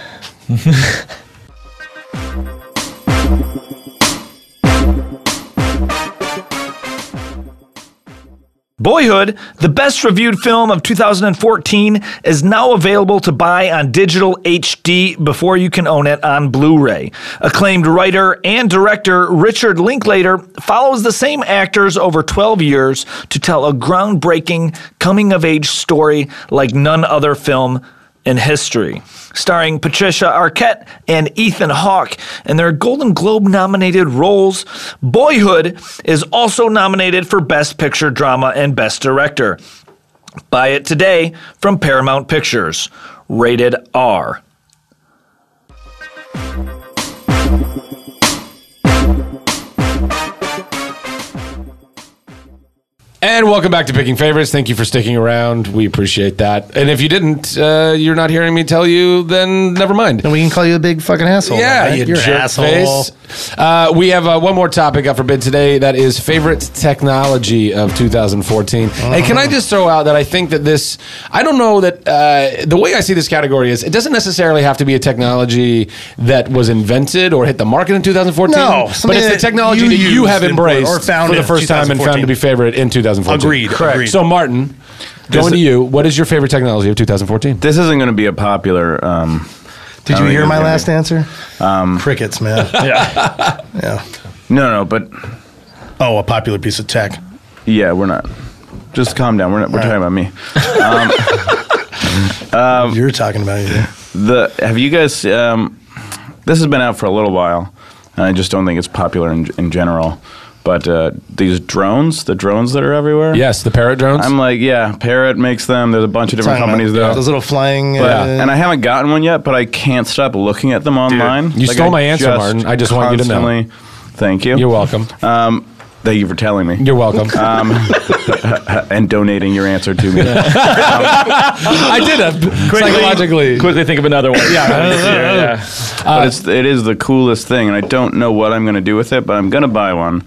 Speaker 7: Boyhood, the best reviewed film of 2014, is now available to buy on digital HD before you can own it on Blu ray. Acclaimed writer and director Richard Linklater follows the same actors over 12 years to tell a groundbreaking coming of age story like none other film in history, starring Patricia Arquette and Ethan Hawke in their Golden Globe nominated roles. Boyhood is also nominated for Best Picture Drama and Best Director. Buy it today from Paramount Pictures. Rated R.
Speaker 4: And welcome back to Picking Favorites. Thank you for sticking around. We appreciate that. And if you didn't, uh, you're not hearing me tell you, then never mind.
Speaker 5: And we can call you a big fucking asshole.
Speaker 4: Yeah,
Speaker 5: right?
Speaker 4: you
Speaker 5: you're an
Speaker 4: jerk
Speaker 5: asshole.
Speaker 4: face. Uh, we have uh, one more topic up for bid today. That is favorite technology of 2014. And
Speaker 5: Uh-huh.
Speaker 4: can I just throw out that I think that this, I don't know that uh, the way I see this category is it doesn't necessarily have to be a technology that was invented or hit the market in 2014.
Speaker 5: No,
Speaker 4: but
Speaker 5: something
Speaker 4: it's the
Speaker 5: that
Speaker 4: technology
Speaker 5: you
Speaker 4: that you
Speaker 5: used
Speaker 4: have
Speaker 5: and-
Speaker 4: embraced
Speaker 5: or found
Speaker 4: for the
Speaker 5: in
Speaker 4: first time and found to be favorite in 2014.
Speaker 5: Agreed, Correct. agreed.
Speaker 4: So Martin, going to you, what is your favorite technology of 2014?
Speaker 6: This isn't going to be a popular. Um,
Speaker 5: Did
Speaker 6: I
Speaker 5: you
Speaker 6: don't
Speaker 5: hear
Speaker 6: think
Speaker 5: my
Speaker 6: it's
Speaker 5: last
Speaker 6: gonna
Speaker 5: answer? Crickets, man.
Speaker 7: Yeah.
Speaker 5: yeah.
Speaker 6: be- No, no, but
Speaker 5: Oh, a popular piece of tech.
Speaker 6: yeah, we're not. Just calm down. We're not. We're talking about me.
Speaker 5: You're talking about it.
Speaker 6: The have you guys? Um, this has been out for a little while, and I just don't think it's popular in, in general. But uh, these drones, the drones that are everywhere.
Speaker 4: Yes, the parrot drones.
Speaker 6: I'm like, yeah, Parrot makes them. There's a bunch of different
Speaker 5: Talking
Speaker 6: companies
Speaker 5: about
Speaker 6: though.
Speaker 5: those little flying.
Speaker 6: But-
Speaker 5: uh,
Speaker 6: and I haven't gotten one yet, but I can't stop looking at them online.
Speaker 4: You stole
Speaker 6: I
Speaker 4: my answer, Martin. I just want you to know.
Speaker 6: constantly- Thank you.
Speaker 4: You're welcome.
Speaker 6: Um, thank you for telling me
Speaker 4: You're welcome.
Speaker 6: uh, and donating your answer to me.
Speaker 4: I did it psychologically.
Speaker 1: Quickly think of another one. yeah. yeah.
Speaker 6: but it's it is the coolest thing, and I don't know what I'm going to do with it, but I'm going to buy one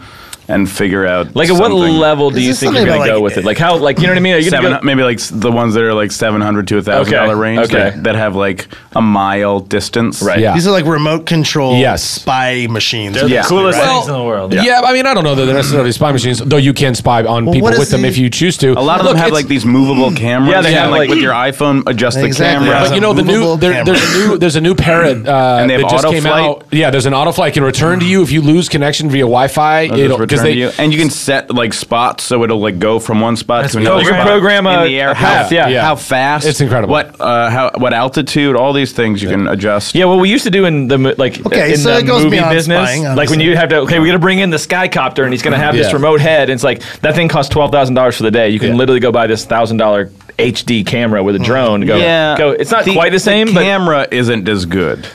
Speaker 6: and figure out
Speaker 1: Like, at what
Speaker 6: something.
Speaker 1: level do
Speaker 5: Is
Speaker 1: you
Speaker 5: this
Speaker 1: think you're
Speaker 5: something
Speaker 1: gonna
Speaker 5: about,
Speaker 1: go
Speaker 5: like,
Speaker 1: with it? Like how? Like you know what I mean? Are you gonna
Speaker 6: Seven,
Speaker 1: go?
Speaker 6: maybe like s- the ones that are like seven hundred to a thousand
Speaker 1: Okay,
Speaker 6: dollar range
Speaker 1: okay.
Speaker 6: that, that have like a mile distance.
Speaker 1: Right.
Speaker 4: Yeah.
Speaker 5: These are like remote control
Speaker 4: Yes.
Speaker 5: spy machines.
Speaker 7: They're
Speaker 6: Yeah.
Speaker 7: the coolest
Speaker 6: Well,
Speaker 7: things in the world.
Speaker 4: Yeah. I mean, I don't know that they're necessarily spy machines, though you can spy on
Speaker 5: Well,
Speaker 4: people
Speaker 5: what is
Speaker 4: with them
Speaker 5: the-
Speaker 4: if you choose to.
Speaker 6: A lot of them have like these movable cameras.
Speaker 1: Yeah, they
Speaker 6: you can,
Speaker 1: have, like-
Speaker 6: with your iPhone adjust
Speaker 5: Exactly.
Speaker 6: the camera.
Speaker 5: But
Speaker 4: You know the new
Speaker 5: movable
Speaker 4: there, there's a new there's a new parrot uh,
Speaker 6: And they have
Speaker 4: that just came
Speaker 6: auto-flight?
Speaker 4: out. Yeah, there's an auto flight can return to you if you lose connection via Wi-Fi.
Speaker 6: They'll just
Speaker 4: because
Speaker 6: return
Speaker 4: they
Speaker 6: to you. And you can set like spots so it'll like go from one spot to another.
Speaker 1: cool. You can
Speaker 6: spot
Speaker 1: program a-
Speaker 6: in the air.
Speaker 1: a
Speaker 6: How,
Speaker 1: path, yeah.
Speaker 4: Yeah.
Speaker 6: how fast?
Speaker 4: It's incredible.
Speaker 6: What uh, how what altitude? All these things you can adjust.
Speaker 1: Yeah, what we used to do in the mo- like
Speaker 5: Okay,
Speaker 1: in
Speaker 5: so
Speaker 1: the
Speaker 5: it goes
Speaker 1: movie
Speaker 5: beyond
Speaker 1: business,
Speaker 5: spying,
Speaker 1: like when
Speaker 5: obviously.
Speaker 1: you have to okay, we got to bring in the skycopter and he's going to have this
Speaker 4: Yeah.
Speaker 1: remote head. And it's like that thing costs twelve thousand dollars for the day. You can
Speaker 4: Yeah. Mm.
Speaker 1: literally go buy this thousand dollar HD camera with a drone. Go, go. It's not quite the same, but
Speaker 6: camera isn't as good.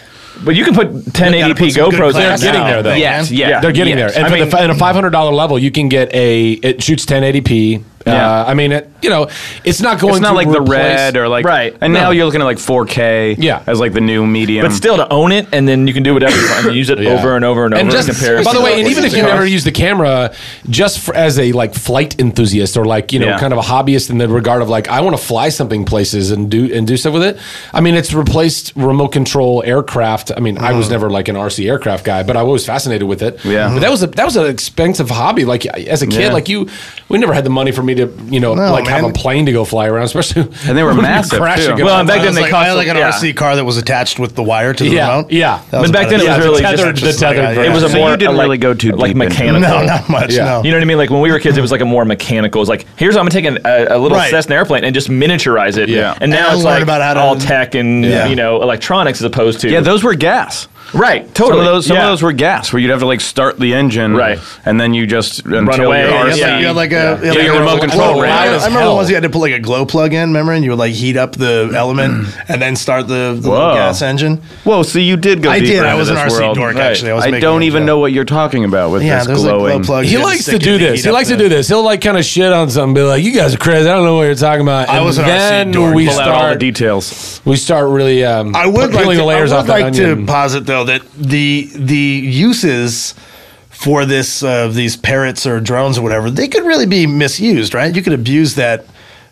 Speaker 1: but you can put 1080p
Speaker 5: put some good
Speaker 1: GoPros. in
Speaker 5: glass
Speaker 1: now.
Speaker 4: getting there, though.
Speaker 1: Yes,
Speaker 6: Yeah.
Speaker 1: yeah,
Speaker 4: They're getting
Speaker 1: yes.
Speaker 4: there. And
Speaker 1: I
Speaker 4: for
Speaker 1: mean,
Speaker 4: the, at a five hundred dollar level, you can get a it shoots 1080p.
Speaker 1: Yeah.
Speaker 4: Uh, I mean, it, you know, it's not going.
Speaker 6: It's not
Speaker 4: to
Speaker 6: like
Speaker 4: replace-
Speaker 6: the red or like
Speaker 1: Right.
Speaker 6: And now
Speaker 1: No.
Speaker 6: you're looking at like 4K.
Speaker 4: Yeah.
Speaker 6: as like the new medium.
Speaker 1: but still to own it, and then you can do whatever you want and use it
Speaker 4: Yeah.
Speaker 1: over and over and over.
Speaker 4: just,
Speaker 1: compare it
Speaker 4: by
Speaker 1: to
Speaker 4: the way,
Speaker 1: what
Speaker 4: and even
Speaker 1: it
Speaker 4: if you
Speaker 1: costs.
Speaker 4: never use the camera, just for, as a like flight enthusiast or like you know
Speaker 6: Yeah.
Speaker 4: kind of a hobbyist in the regard of like I want to fly something places and do and do stuff with it. I mean, it's replaced remote control aircraft. I mean, I
Speaker 5: Mm-hmm.
Speaker 4: was never like an RC aircraft guy, but I was fascinated with it.
Speaker 6: Yeah.
Speaker 4: but that was a, that was an expensive hobby. Like as a kid,
Speaker 6: Yeah.
Speaker 4: like you, we never had the money for me to you know
Speaker 5: No,
Speaker 4: like have
Speaker 5: man.
Speaker 4: a plane to go fly around, especially
Speaker 6: And they were massive,
Speaker 4: crashing.
Speaker 6: too.
Speaker 4: Well,
Speaker 1: Well, and back
Speaker 5: I
Speaker 1: then
Speaker 5: was
Speaker 1: they
Speaker 5: like, I
Speaker 1: cost
Speaker 5: had like an
Speaker 1: yeah.
Speaker 5: RC car that was attached with the wire to the
Speaker 4: Yeah,
Speaker 5: remote.
Speaker 4: yeah.
Speaker 5: That
Speaker 1: But back
Speaker 5: about
Speaker 1: then it
Speaker 5: it.
Speaker 1: was really
Speaker 4: tethered-
Speaker 1: just,
Speaker 4: the tethered-
Speaker 1: it was a
Speaker 6: So you
Speaker 1: more
Speaker 6: didn't
Speaker 1: a, like,
Speaker 6: really go too
Speaker 1: like
Speaker 6: deep into it.
Speaker 1: mechanical.
Speaker 5: no, not much.
Speaker 4: Yeah.
Speaker 5: No.
Speaker 1: You know what I mean? Like when we were kids, it was like a more mechanical. It's like here's how I'm gonna take a, a, a little
Speaker 5: Right.
Speaker 1: Cessna airplane and just miniaturize it.
Speaker 4: Yeah.
Speaker 1: And now
Speaker 5: And
Speaker 1: it's
Speaker 5: learn
Speaker 1: like
Speaker 5: about how to-
Speaker 1: all tech and
Speaker 5: Yeah.
Speaker 1: you know electronics as opposed to
Speaker 6: yeah, those were gas.
Speaker 1: Right,
Speaker 6: Some
Speaker 1: totally.
Speaker 6: of those, some
Speaker 1: Yeah.
Speaker 6: of those were gas, where you'd have to like start the engine,
Speaker 1: Right.
Speaker 6: and then you just until
Speaker 1: away.
Speaker 6: Your
Speaker 1: Yeah,
Speaker 6: RC,
Speaker 5: You had like, you had like a you had
Speaker 6: Yeah,
Speaker 5: like
Speaker 6: your
Speaker 5: a-
Speaker 6: remote
Speaker 5: I
Speaker 6: control
Speaker 5: remember-
Speaker 6: ran
Speaker 5: I,
Speaker 6: as
Speaker 5: I remember the
Speaker 6: hell.
Speaker 5: ones you had to put like a glow plug in. Remember, and you would like heat up the element and then start the, the little
Speaker 6: Whoa.
Speaker 5: gas engine.
Speaker 6: Whoa, so you did go.
Speaker 5: I
Speaker 6: deeper
Speaker 5: did. I
Speaker 6: into
Speaker 5: was an
Speaker 6: this
Speaker 5: RC
Speaker 6: world.
Speaker 5: dork, actually. I was making
Speaker 6: don't
Speaker 5: that
Speaker 6: even
Speaker 5: job.
Speaker 6: know what you're talking about with
Speaker 5: Oh, Yeah,
Speaker 6: this
Speaker 5: there's like
Speaker 6: glowing.
Speaker 5: glow plug.
Speaker 4: He
Speaker 5: You had
Speaker 4: likes to
Speaker 5: stick
Speaker 4: do
Speaker 5: it
Speaker 4: this.
Speaker 5: heat
Speaker 4: He
Speaker 5: up
Speaker 4: likes to
Speaker 5: the-
Speaker 4: do this. He'll like kind of shit on something, be like, "You guys are crazy. I don't know what you're talking about."
Speaker 5: I was an RC
Speaker 4: then
Speaker 5: dork.
Speaker 4: we
Speaker 6: Pull out all the
Speaker 4: start.
Speaker 6: details.
Speaker 4: We start really. Um,
Speaker 5: I would
Speaker 4: peeling
Speaker 5: like to,
Speaker 4: the layers
Speaker 5: I
Speaker 4: off
Speaker 5: would like
Speaker 4: that
Speaker 5: to
Speaker 4: onion.
Speaker 5: posit though that the the uses for this uh, these parrots or drones or whatever they could really be misused, right? You could abuse that.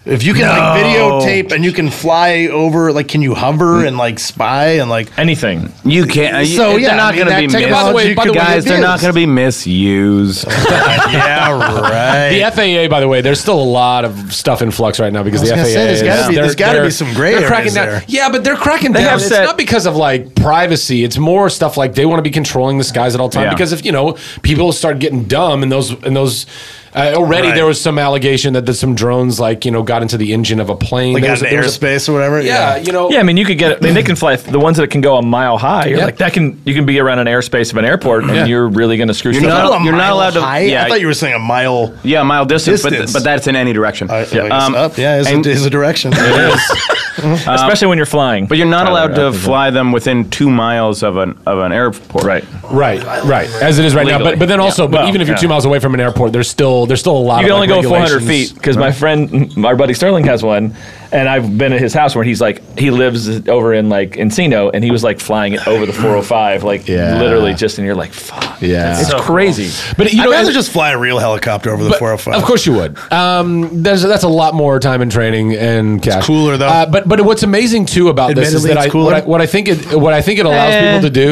Speaker 5: If you can like videotape and you can fly over, like, can you hover
Speaker 4: Mm.
Speaker 5: and like spy and like?
Speaker 1: Anything.
Speaker 6: You can't.
Speaker 5: So, yeah,
Speaker 6: they're not
Speaker 5: I mean,
Speaker 6: going
Speaker 5: that
Speaker 6: to be
Speaker 5: technology
Speaker 4: By the way-
Speaker 5: could
Speaker 6: misused.
Speaker 4: by the way,
Speaker 6: Guys, they're not going to be misused.
Speaker 5: yeah, right.
Speaker 4: The FAA, by the way, there's still a lot of stuff in flux right now because
Speaker 5: was
Speaker 4: the FAA.
Speaker 5: gonna say, there's gotta
Speaker 4: is-
Speaker 5: be-
Speaker 4: they're-
Speaker 5: there's gotta
Speaker 4: they're-
Speaker 5: be some gray
Speaker 4: they're cracking
Speaker 5: areas
Speaker 4: down.
Speaker 5: there.
Speaker 4: Yeah, but they're cracking down.
Speaker 6: have
Speaker 4: It's
Speaker 6: said-
Speaker 4: not because of like privacy. It's more stuff like they want to be controlling the skies at all time
Speaker 6: Yeah.
Speaker 4: because if you know people start getting dumb and those and those. Uh, already,
Speaker 5: Right.
Speaker 4: there was some allegation that there's some drones, like you know, got into the engine of a plane.
Speaker 5: like
Speaker 4: there
Speaker 5: out
Speaker 4: was,
Speaker 5: in
Speaker 4: a- there was a-
Speaker 5: airspace or whatever.
Speaker 4: yeah, you know,
Speaker 1: Yeah, I mean, you could get. I mean, they can fly the ones that can go a mile high. You're
Speaker 4: Yeah.
Speaker 1: like that can. You can be around an airspace of an airport, and
Speaker 4: Yeah.
Speaker 1: you're really going to screw
Speaker 6: You're
Speaker 1: stuff
Speaker 6: not-
Speaker 1: up.
Speaker 5: Oh, a
Speaker 6: you're not
Speaker 5: mile
Speaker 6: allowed to-
Speaker 5: High?
Speaker 6: yeah.
Speaker 5: I thought you were saying a mile.
Speaker 6: yeah, mile distance,
Speaker 5: Distance.
Speaker 6: But, but that's in any direction.
Speaker 5: I, I guess
Speaker 6: Um,
Speaker 5: up. Yeah, is,
Speaker 6: and-
Speaker 5: a, is a direction. It is.
Speaker 1: especially when you're flying.
Speaker 6: Um, But you're not allowed to fly them within two miles of an of an airport.
Speaker 1: right.
Speaker 4: right, right, as it is right now.
Speaker 6: Legally.
Speaker 4: But but then also, but
Speaker 1: Well,
Speaker 4: even if you're
Speaker 1: yeah.
Speaker 4: two miles away from an airport, there's still there's still a lot.
Speaker 1: You
Speaker 4: of
Speaker 1: can only
Speaker 4: like,
Speaker 1: go 400
Speaker 4: regulations.
Speaker 1: feet because my friend, our buddy Sterling has one, and I've been at his house where he's like, he lives over in like Encino, and he was like flying it over the 405, like
Speaker 4: Yeah.
Speaker 1: literally just, and you're like, fuck,
Speaker 4: Yeah.
Speaker 1: it's crazy.
Speaker 4: But you
Speaker 5: I'd
Speaker 4: know,
Speaker 5: rather just fly a real helicopter over the
Speaker 4: But
Speaker 5: 405.
Speaker 4: Of course you would. Um, there's, that's a lot more time and training and cash.
Speaker 5: cooler, though.
Speaker 4: Uh, but but what's amazing too about this is
Speaker 5: Admittedly,
Speaker 4: that
Speaker 5: it's
Speaker 4: I
Speaker 5: cooler.
Speaker 4: what, I what I think it what I think it allows
Speaker 5: Eh.
Speaker 4: people to do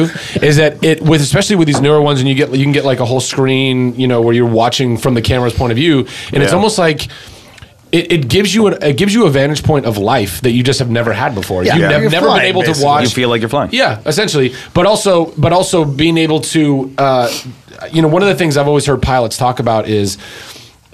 Speaker 4: is that it with especially with these newer ones and you get you can get like a whole screen you know where you're watching from the camera's point of view and it's
Speaker 6: Yeah.
Speaker 4: almost like. It, it gives you an, it gives you a vantage point of life that you just have never had before.
Speaker 5: Yeah,
Speaker 4: You've
Speaker 5: yeah.
Speaker 4: nev-
Speaker 5: You're
Speaker 4: never
Speaker 5: flying,
Speaker 4: been able
Speaker 5: basically.
Speaker 4: to watch.
Speaker 6: You feel like you're flying.
Speaker 4: Yeah, essentially. But also, but also being able to, uh, you know, one of the things I've always heard pilots talk about is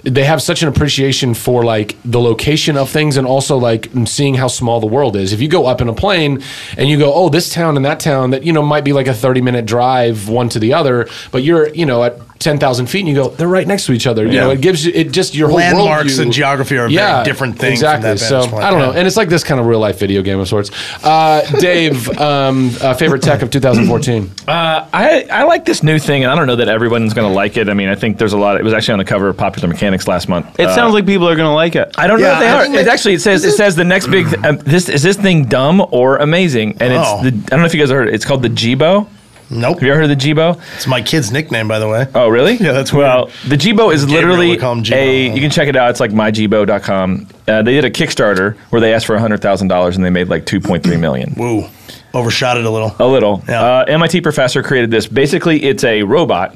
Speaker 4: they have such an appreciation for like the location of things and also like seeing how small the world is. If you go up in a plane and you go, oh, this town and that town that you know might be like a thirty minute drive one to the other, but you're you know at ten thousand feet and you go, they're right next to each other. You know, it gives you it just your whole
Speaker 5: Landmarks
Speaker 4: worldview-
Speaker 5: and geography are a very different thing from
Speaker 4: Exactly.
Speaker 5: that
Speaker 4: so
Speaker 5: vantage point.
Speaker 4: I don't know,
Speaker 5: Yeah.
Speaker 4: and it's like this kind of real life video game of sorts. Uh, Dave, um, uh, favorite tech of 2014.
Speaker 1: Uh, I, I like this new thing, and I don't know that everyone's going to like it. I mean, I think there's a lot. It was actually on the cover of Popular Mechanics last month.
Speaker 6: It
Speaker 1: Uh,
Speaker 6: sounds like people are going to like it.
Speaker 1: I don't know
Speaker 5: Yeah,
Speaker 1: if they
Speaker 5: I
Speaker 1: are.
Speaker 5: think
Speaker 1: It
Speaker 5: that-
Speaker 1: actually it says it says the next big um, this is this thing dumb or amazing, and
Speaker 5: Oh.
Speaker 1: it's the I don't know if you guys heard it. It's called the Jibo.
Speaker 5: Nope.
Speaker 1: Have you ever heard of the Jibo?
Speaker 5: It's my kid's nickname, by the way.
Speaker 1: Oh, really?
Speaker 5: Yeah, that's weird.
Speaker 1: well. The Jibo is
Speaker 5: Gabriel
Speaker 1: literally
Speaker 5: would call him Jibo,
Speaker 1: a.
Speaker 5: huh?
Speaker 1: You can check it out. It's like myjibo.com. Uh, they did a Kickstarter where they asked for hundred thousand dollars and they made like two point three million.
Speaker 5: Woo. Overshot it a little.
Speaker 1: A little.
Speaker 5: Yeah.
Speaker 1: Uh, MIT professor created this. Basically, it's a robot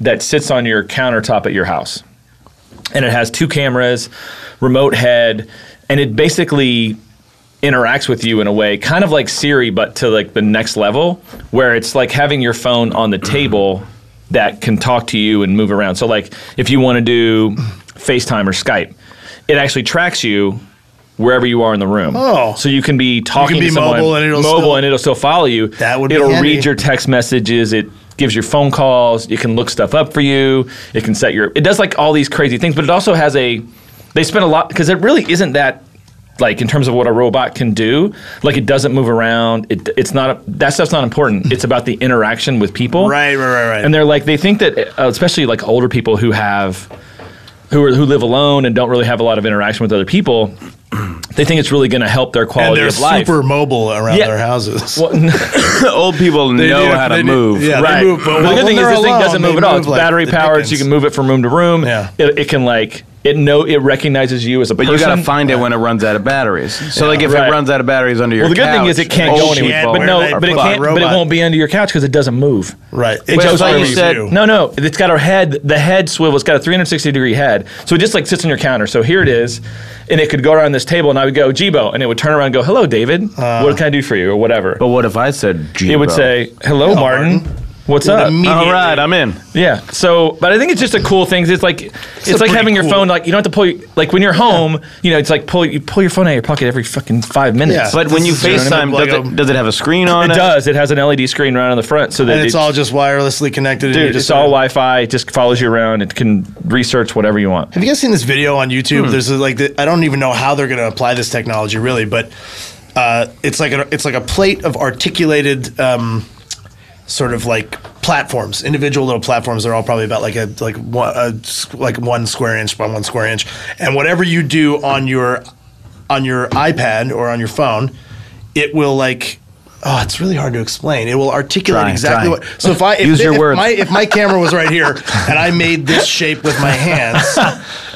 Speaker 1: that sits on your countertop at your house, and it has two cameras, remote head, and it basically interacts with you in a way kind of like Siri, but to like the next level, where it's like having your phone on the table that can talk to you and move around. So, like if you want to do FaceTime or Skype, it actually tracks you. Wherever you are in the room,
Speaker 5: Oh.
Speaker 1: so you can be talking
Speaker 5: be
Speaker 1: to someone,
Speaker 5: mobile and it'll
Speaker 1: mobile
Speaker 5: still-
Speaker 1: and it'll still follow you.
Speaker 5: That would be
Speaker 1: it'll
Speaker 5: handy.
Speaker 1: read your text messages. It gives your phone calls. It can look stuff up for you. It can set your. It does like all these crazy things, but it also has a. They spend a lot because it really isn't that like in terms of what a robot can do. Like it doesn't move around. It it's not that stuff's not important. It's about the interaction with people.
Speaker 5: Right, right, right, right.
Speaker 1: And they're like they think that uh, especially like older people who have who are who live alone and don't really have a lot of interaction with other people. They think it's really going to help their
Speaker 5: and
Speaker 1: quality
Speaker 5: they're
Speaker 1: of life.
Speaker 5: super mobile around
Speaker 1: Yeah.
Speaker 5: their houses.
Speaker 1: Well,
Speaker 6: Old people know
Speaker 5: do,
Speaker 6: how to
Speaker 5: they do.
Speaker 6: move.
Speaker 5: Yeah,
Speaker 1: right.
Speaker 5: They move, but
Speaker 1: But the
Speaker 5: when
Speaker 1: good thing is
Speaker 5: they're
Speaker 1: this thing
Speaker 5: alone,
Speaker 1: doesn't
Speaker 5: they
Speaker 1: move at all.
Speaker 5: move
Speaker 1: It's
Speaker 5: like
Speaker 1: battery
Speaker 5: the
Speaker 1: powered, so you
Speaker 5: Dickens.
Speaker 1: can move it from room to room.
Speaker 5: Yeah.
Speaker 1: It, it can like it know it recognizes you as a
Speaker 6: But
Speaker 1: person.
Speaker 6: you got to find it when it runs out of batteries. So like if
Speaker 1: Right.
Speaker 6: it runs out of batteries under your
Speaker 1: Well, the good thing
Speaker 6: couch, oh,
Speaker 1: is it can't go
Speaker 6: old
Speaker 1: anywhere.
Speaker 6: people
Speaker 1: But
Speaker 5: Oh, where they
Speaker 1: no, but it
Speaker 5: put
Speaker 1: can't.
Speaker 5: the
Speaker 1: But it
Speaker 5: robot.
Speaker 1: won't be under your couch because it doesn't move.
Speaker 5: Right.
Speaker 1: It
Speaker 6: Well,
Speaker 1: goes
Speaker 6: I thought you
Speaker 1: wherever
Speaker 6: said-
Speaker 1: No, no, it's got our head. The head swivel. It's got a 360 degree head, so it just like sits on your counter. So here it is, and it could go around this table, and I would go Jibo, and it would turn around and go,
Speaker 5: Uh.
Speaker 1: "Hello, David. what can I do for you?" or whatever.
Speaker 6: But what if I said Jibo?
Speaker 1: It would say, "Hello, Martin. What's
Speaker 5: Well,
Speaker 1: up?
Speaker 5: immediately-
Speaker 6: All right, I'm in.
Speaker 1: Yeah. So, but I think it's just a cool thing. 'cause It's like it's,
Speaker 5: a
Speaker 1: like
Speaker 5: pretty
Speaker 1: having your
Speaker 5: cool-
Speaker 1: phone. Like you don't have to pull. Your, like when you're home, you know, it's like pull you pull your phone out of your pocket every fucking five minutes.
Speaker 5: Yeah.
Speaker 6: But when
Speaker 5: This
Speaker 6: you
Speaker 5: is just
Speaker 6: FaceTime,
Speaker 5: like
Speaker 6: does
Speaker 5: a-
Speaker 6: it, does it have a screen on
Speaker 1: it
Speaker 6: it?
Speaker 1: does. It has an LED screen right on the front, so that
Speaker 5: and it's
Speaker 1: it-
Speaker 5: all just wirelessly connected. and you
Speaker 1: dude.
Speaker 5: just
Speaker 1: it's all Wi-Fi. It just follows you around. It can research whatever you want.
Speaker 5: Have you guys seen this video on YouTube?
Speaker 6: Hmm.
Speaker 5: There's a, like the, I don't even know how they're going to apply this technology really, but uh, it's like a, it's like a plate of articulated um, sort of like platforms, individual little platforms. They're all probably about like a like one a, s- like one square inch by one square inch, and whatever you do on your on your iPad or on your phone, it will like. Oh, it's really hard to explain. It will articulate
Speaker 6: Try,
Speaker 5: exactly
Speaker 6: try.
Speaker 5: what. So if I if,
Speaker 6: Use
Speaker 5: thi-
Speaker 6: your
Speaker 5: if
Speaker 6: words.
Speaker 5: my if my camera was right here and I made this shape with my hands,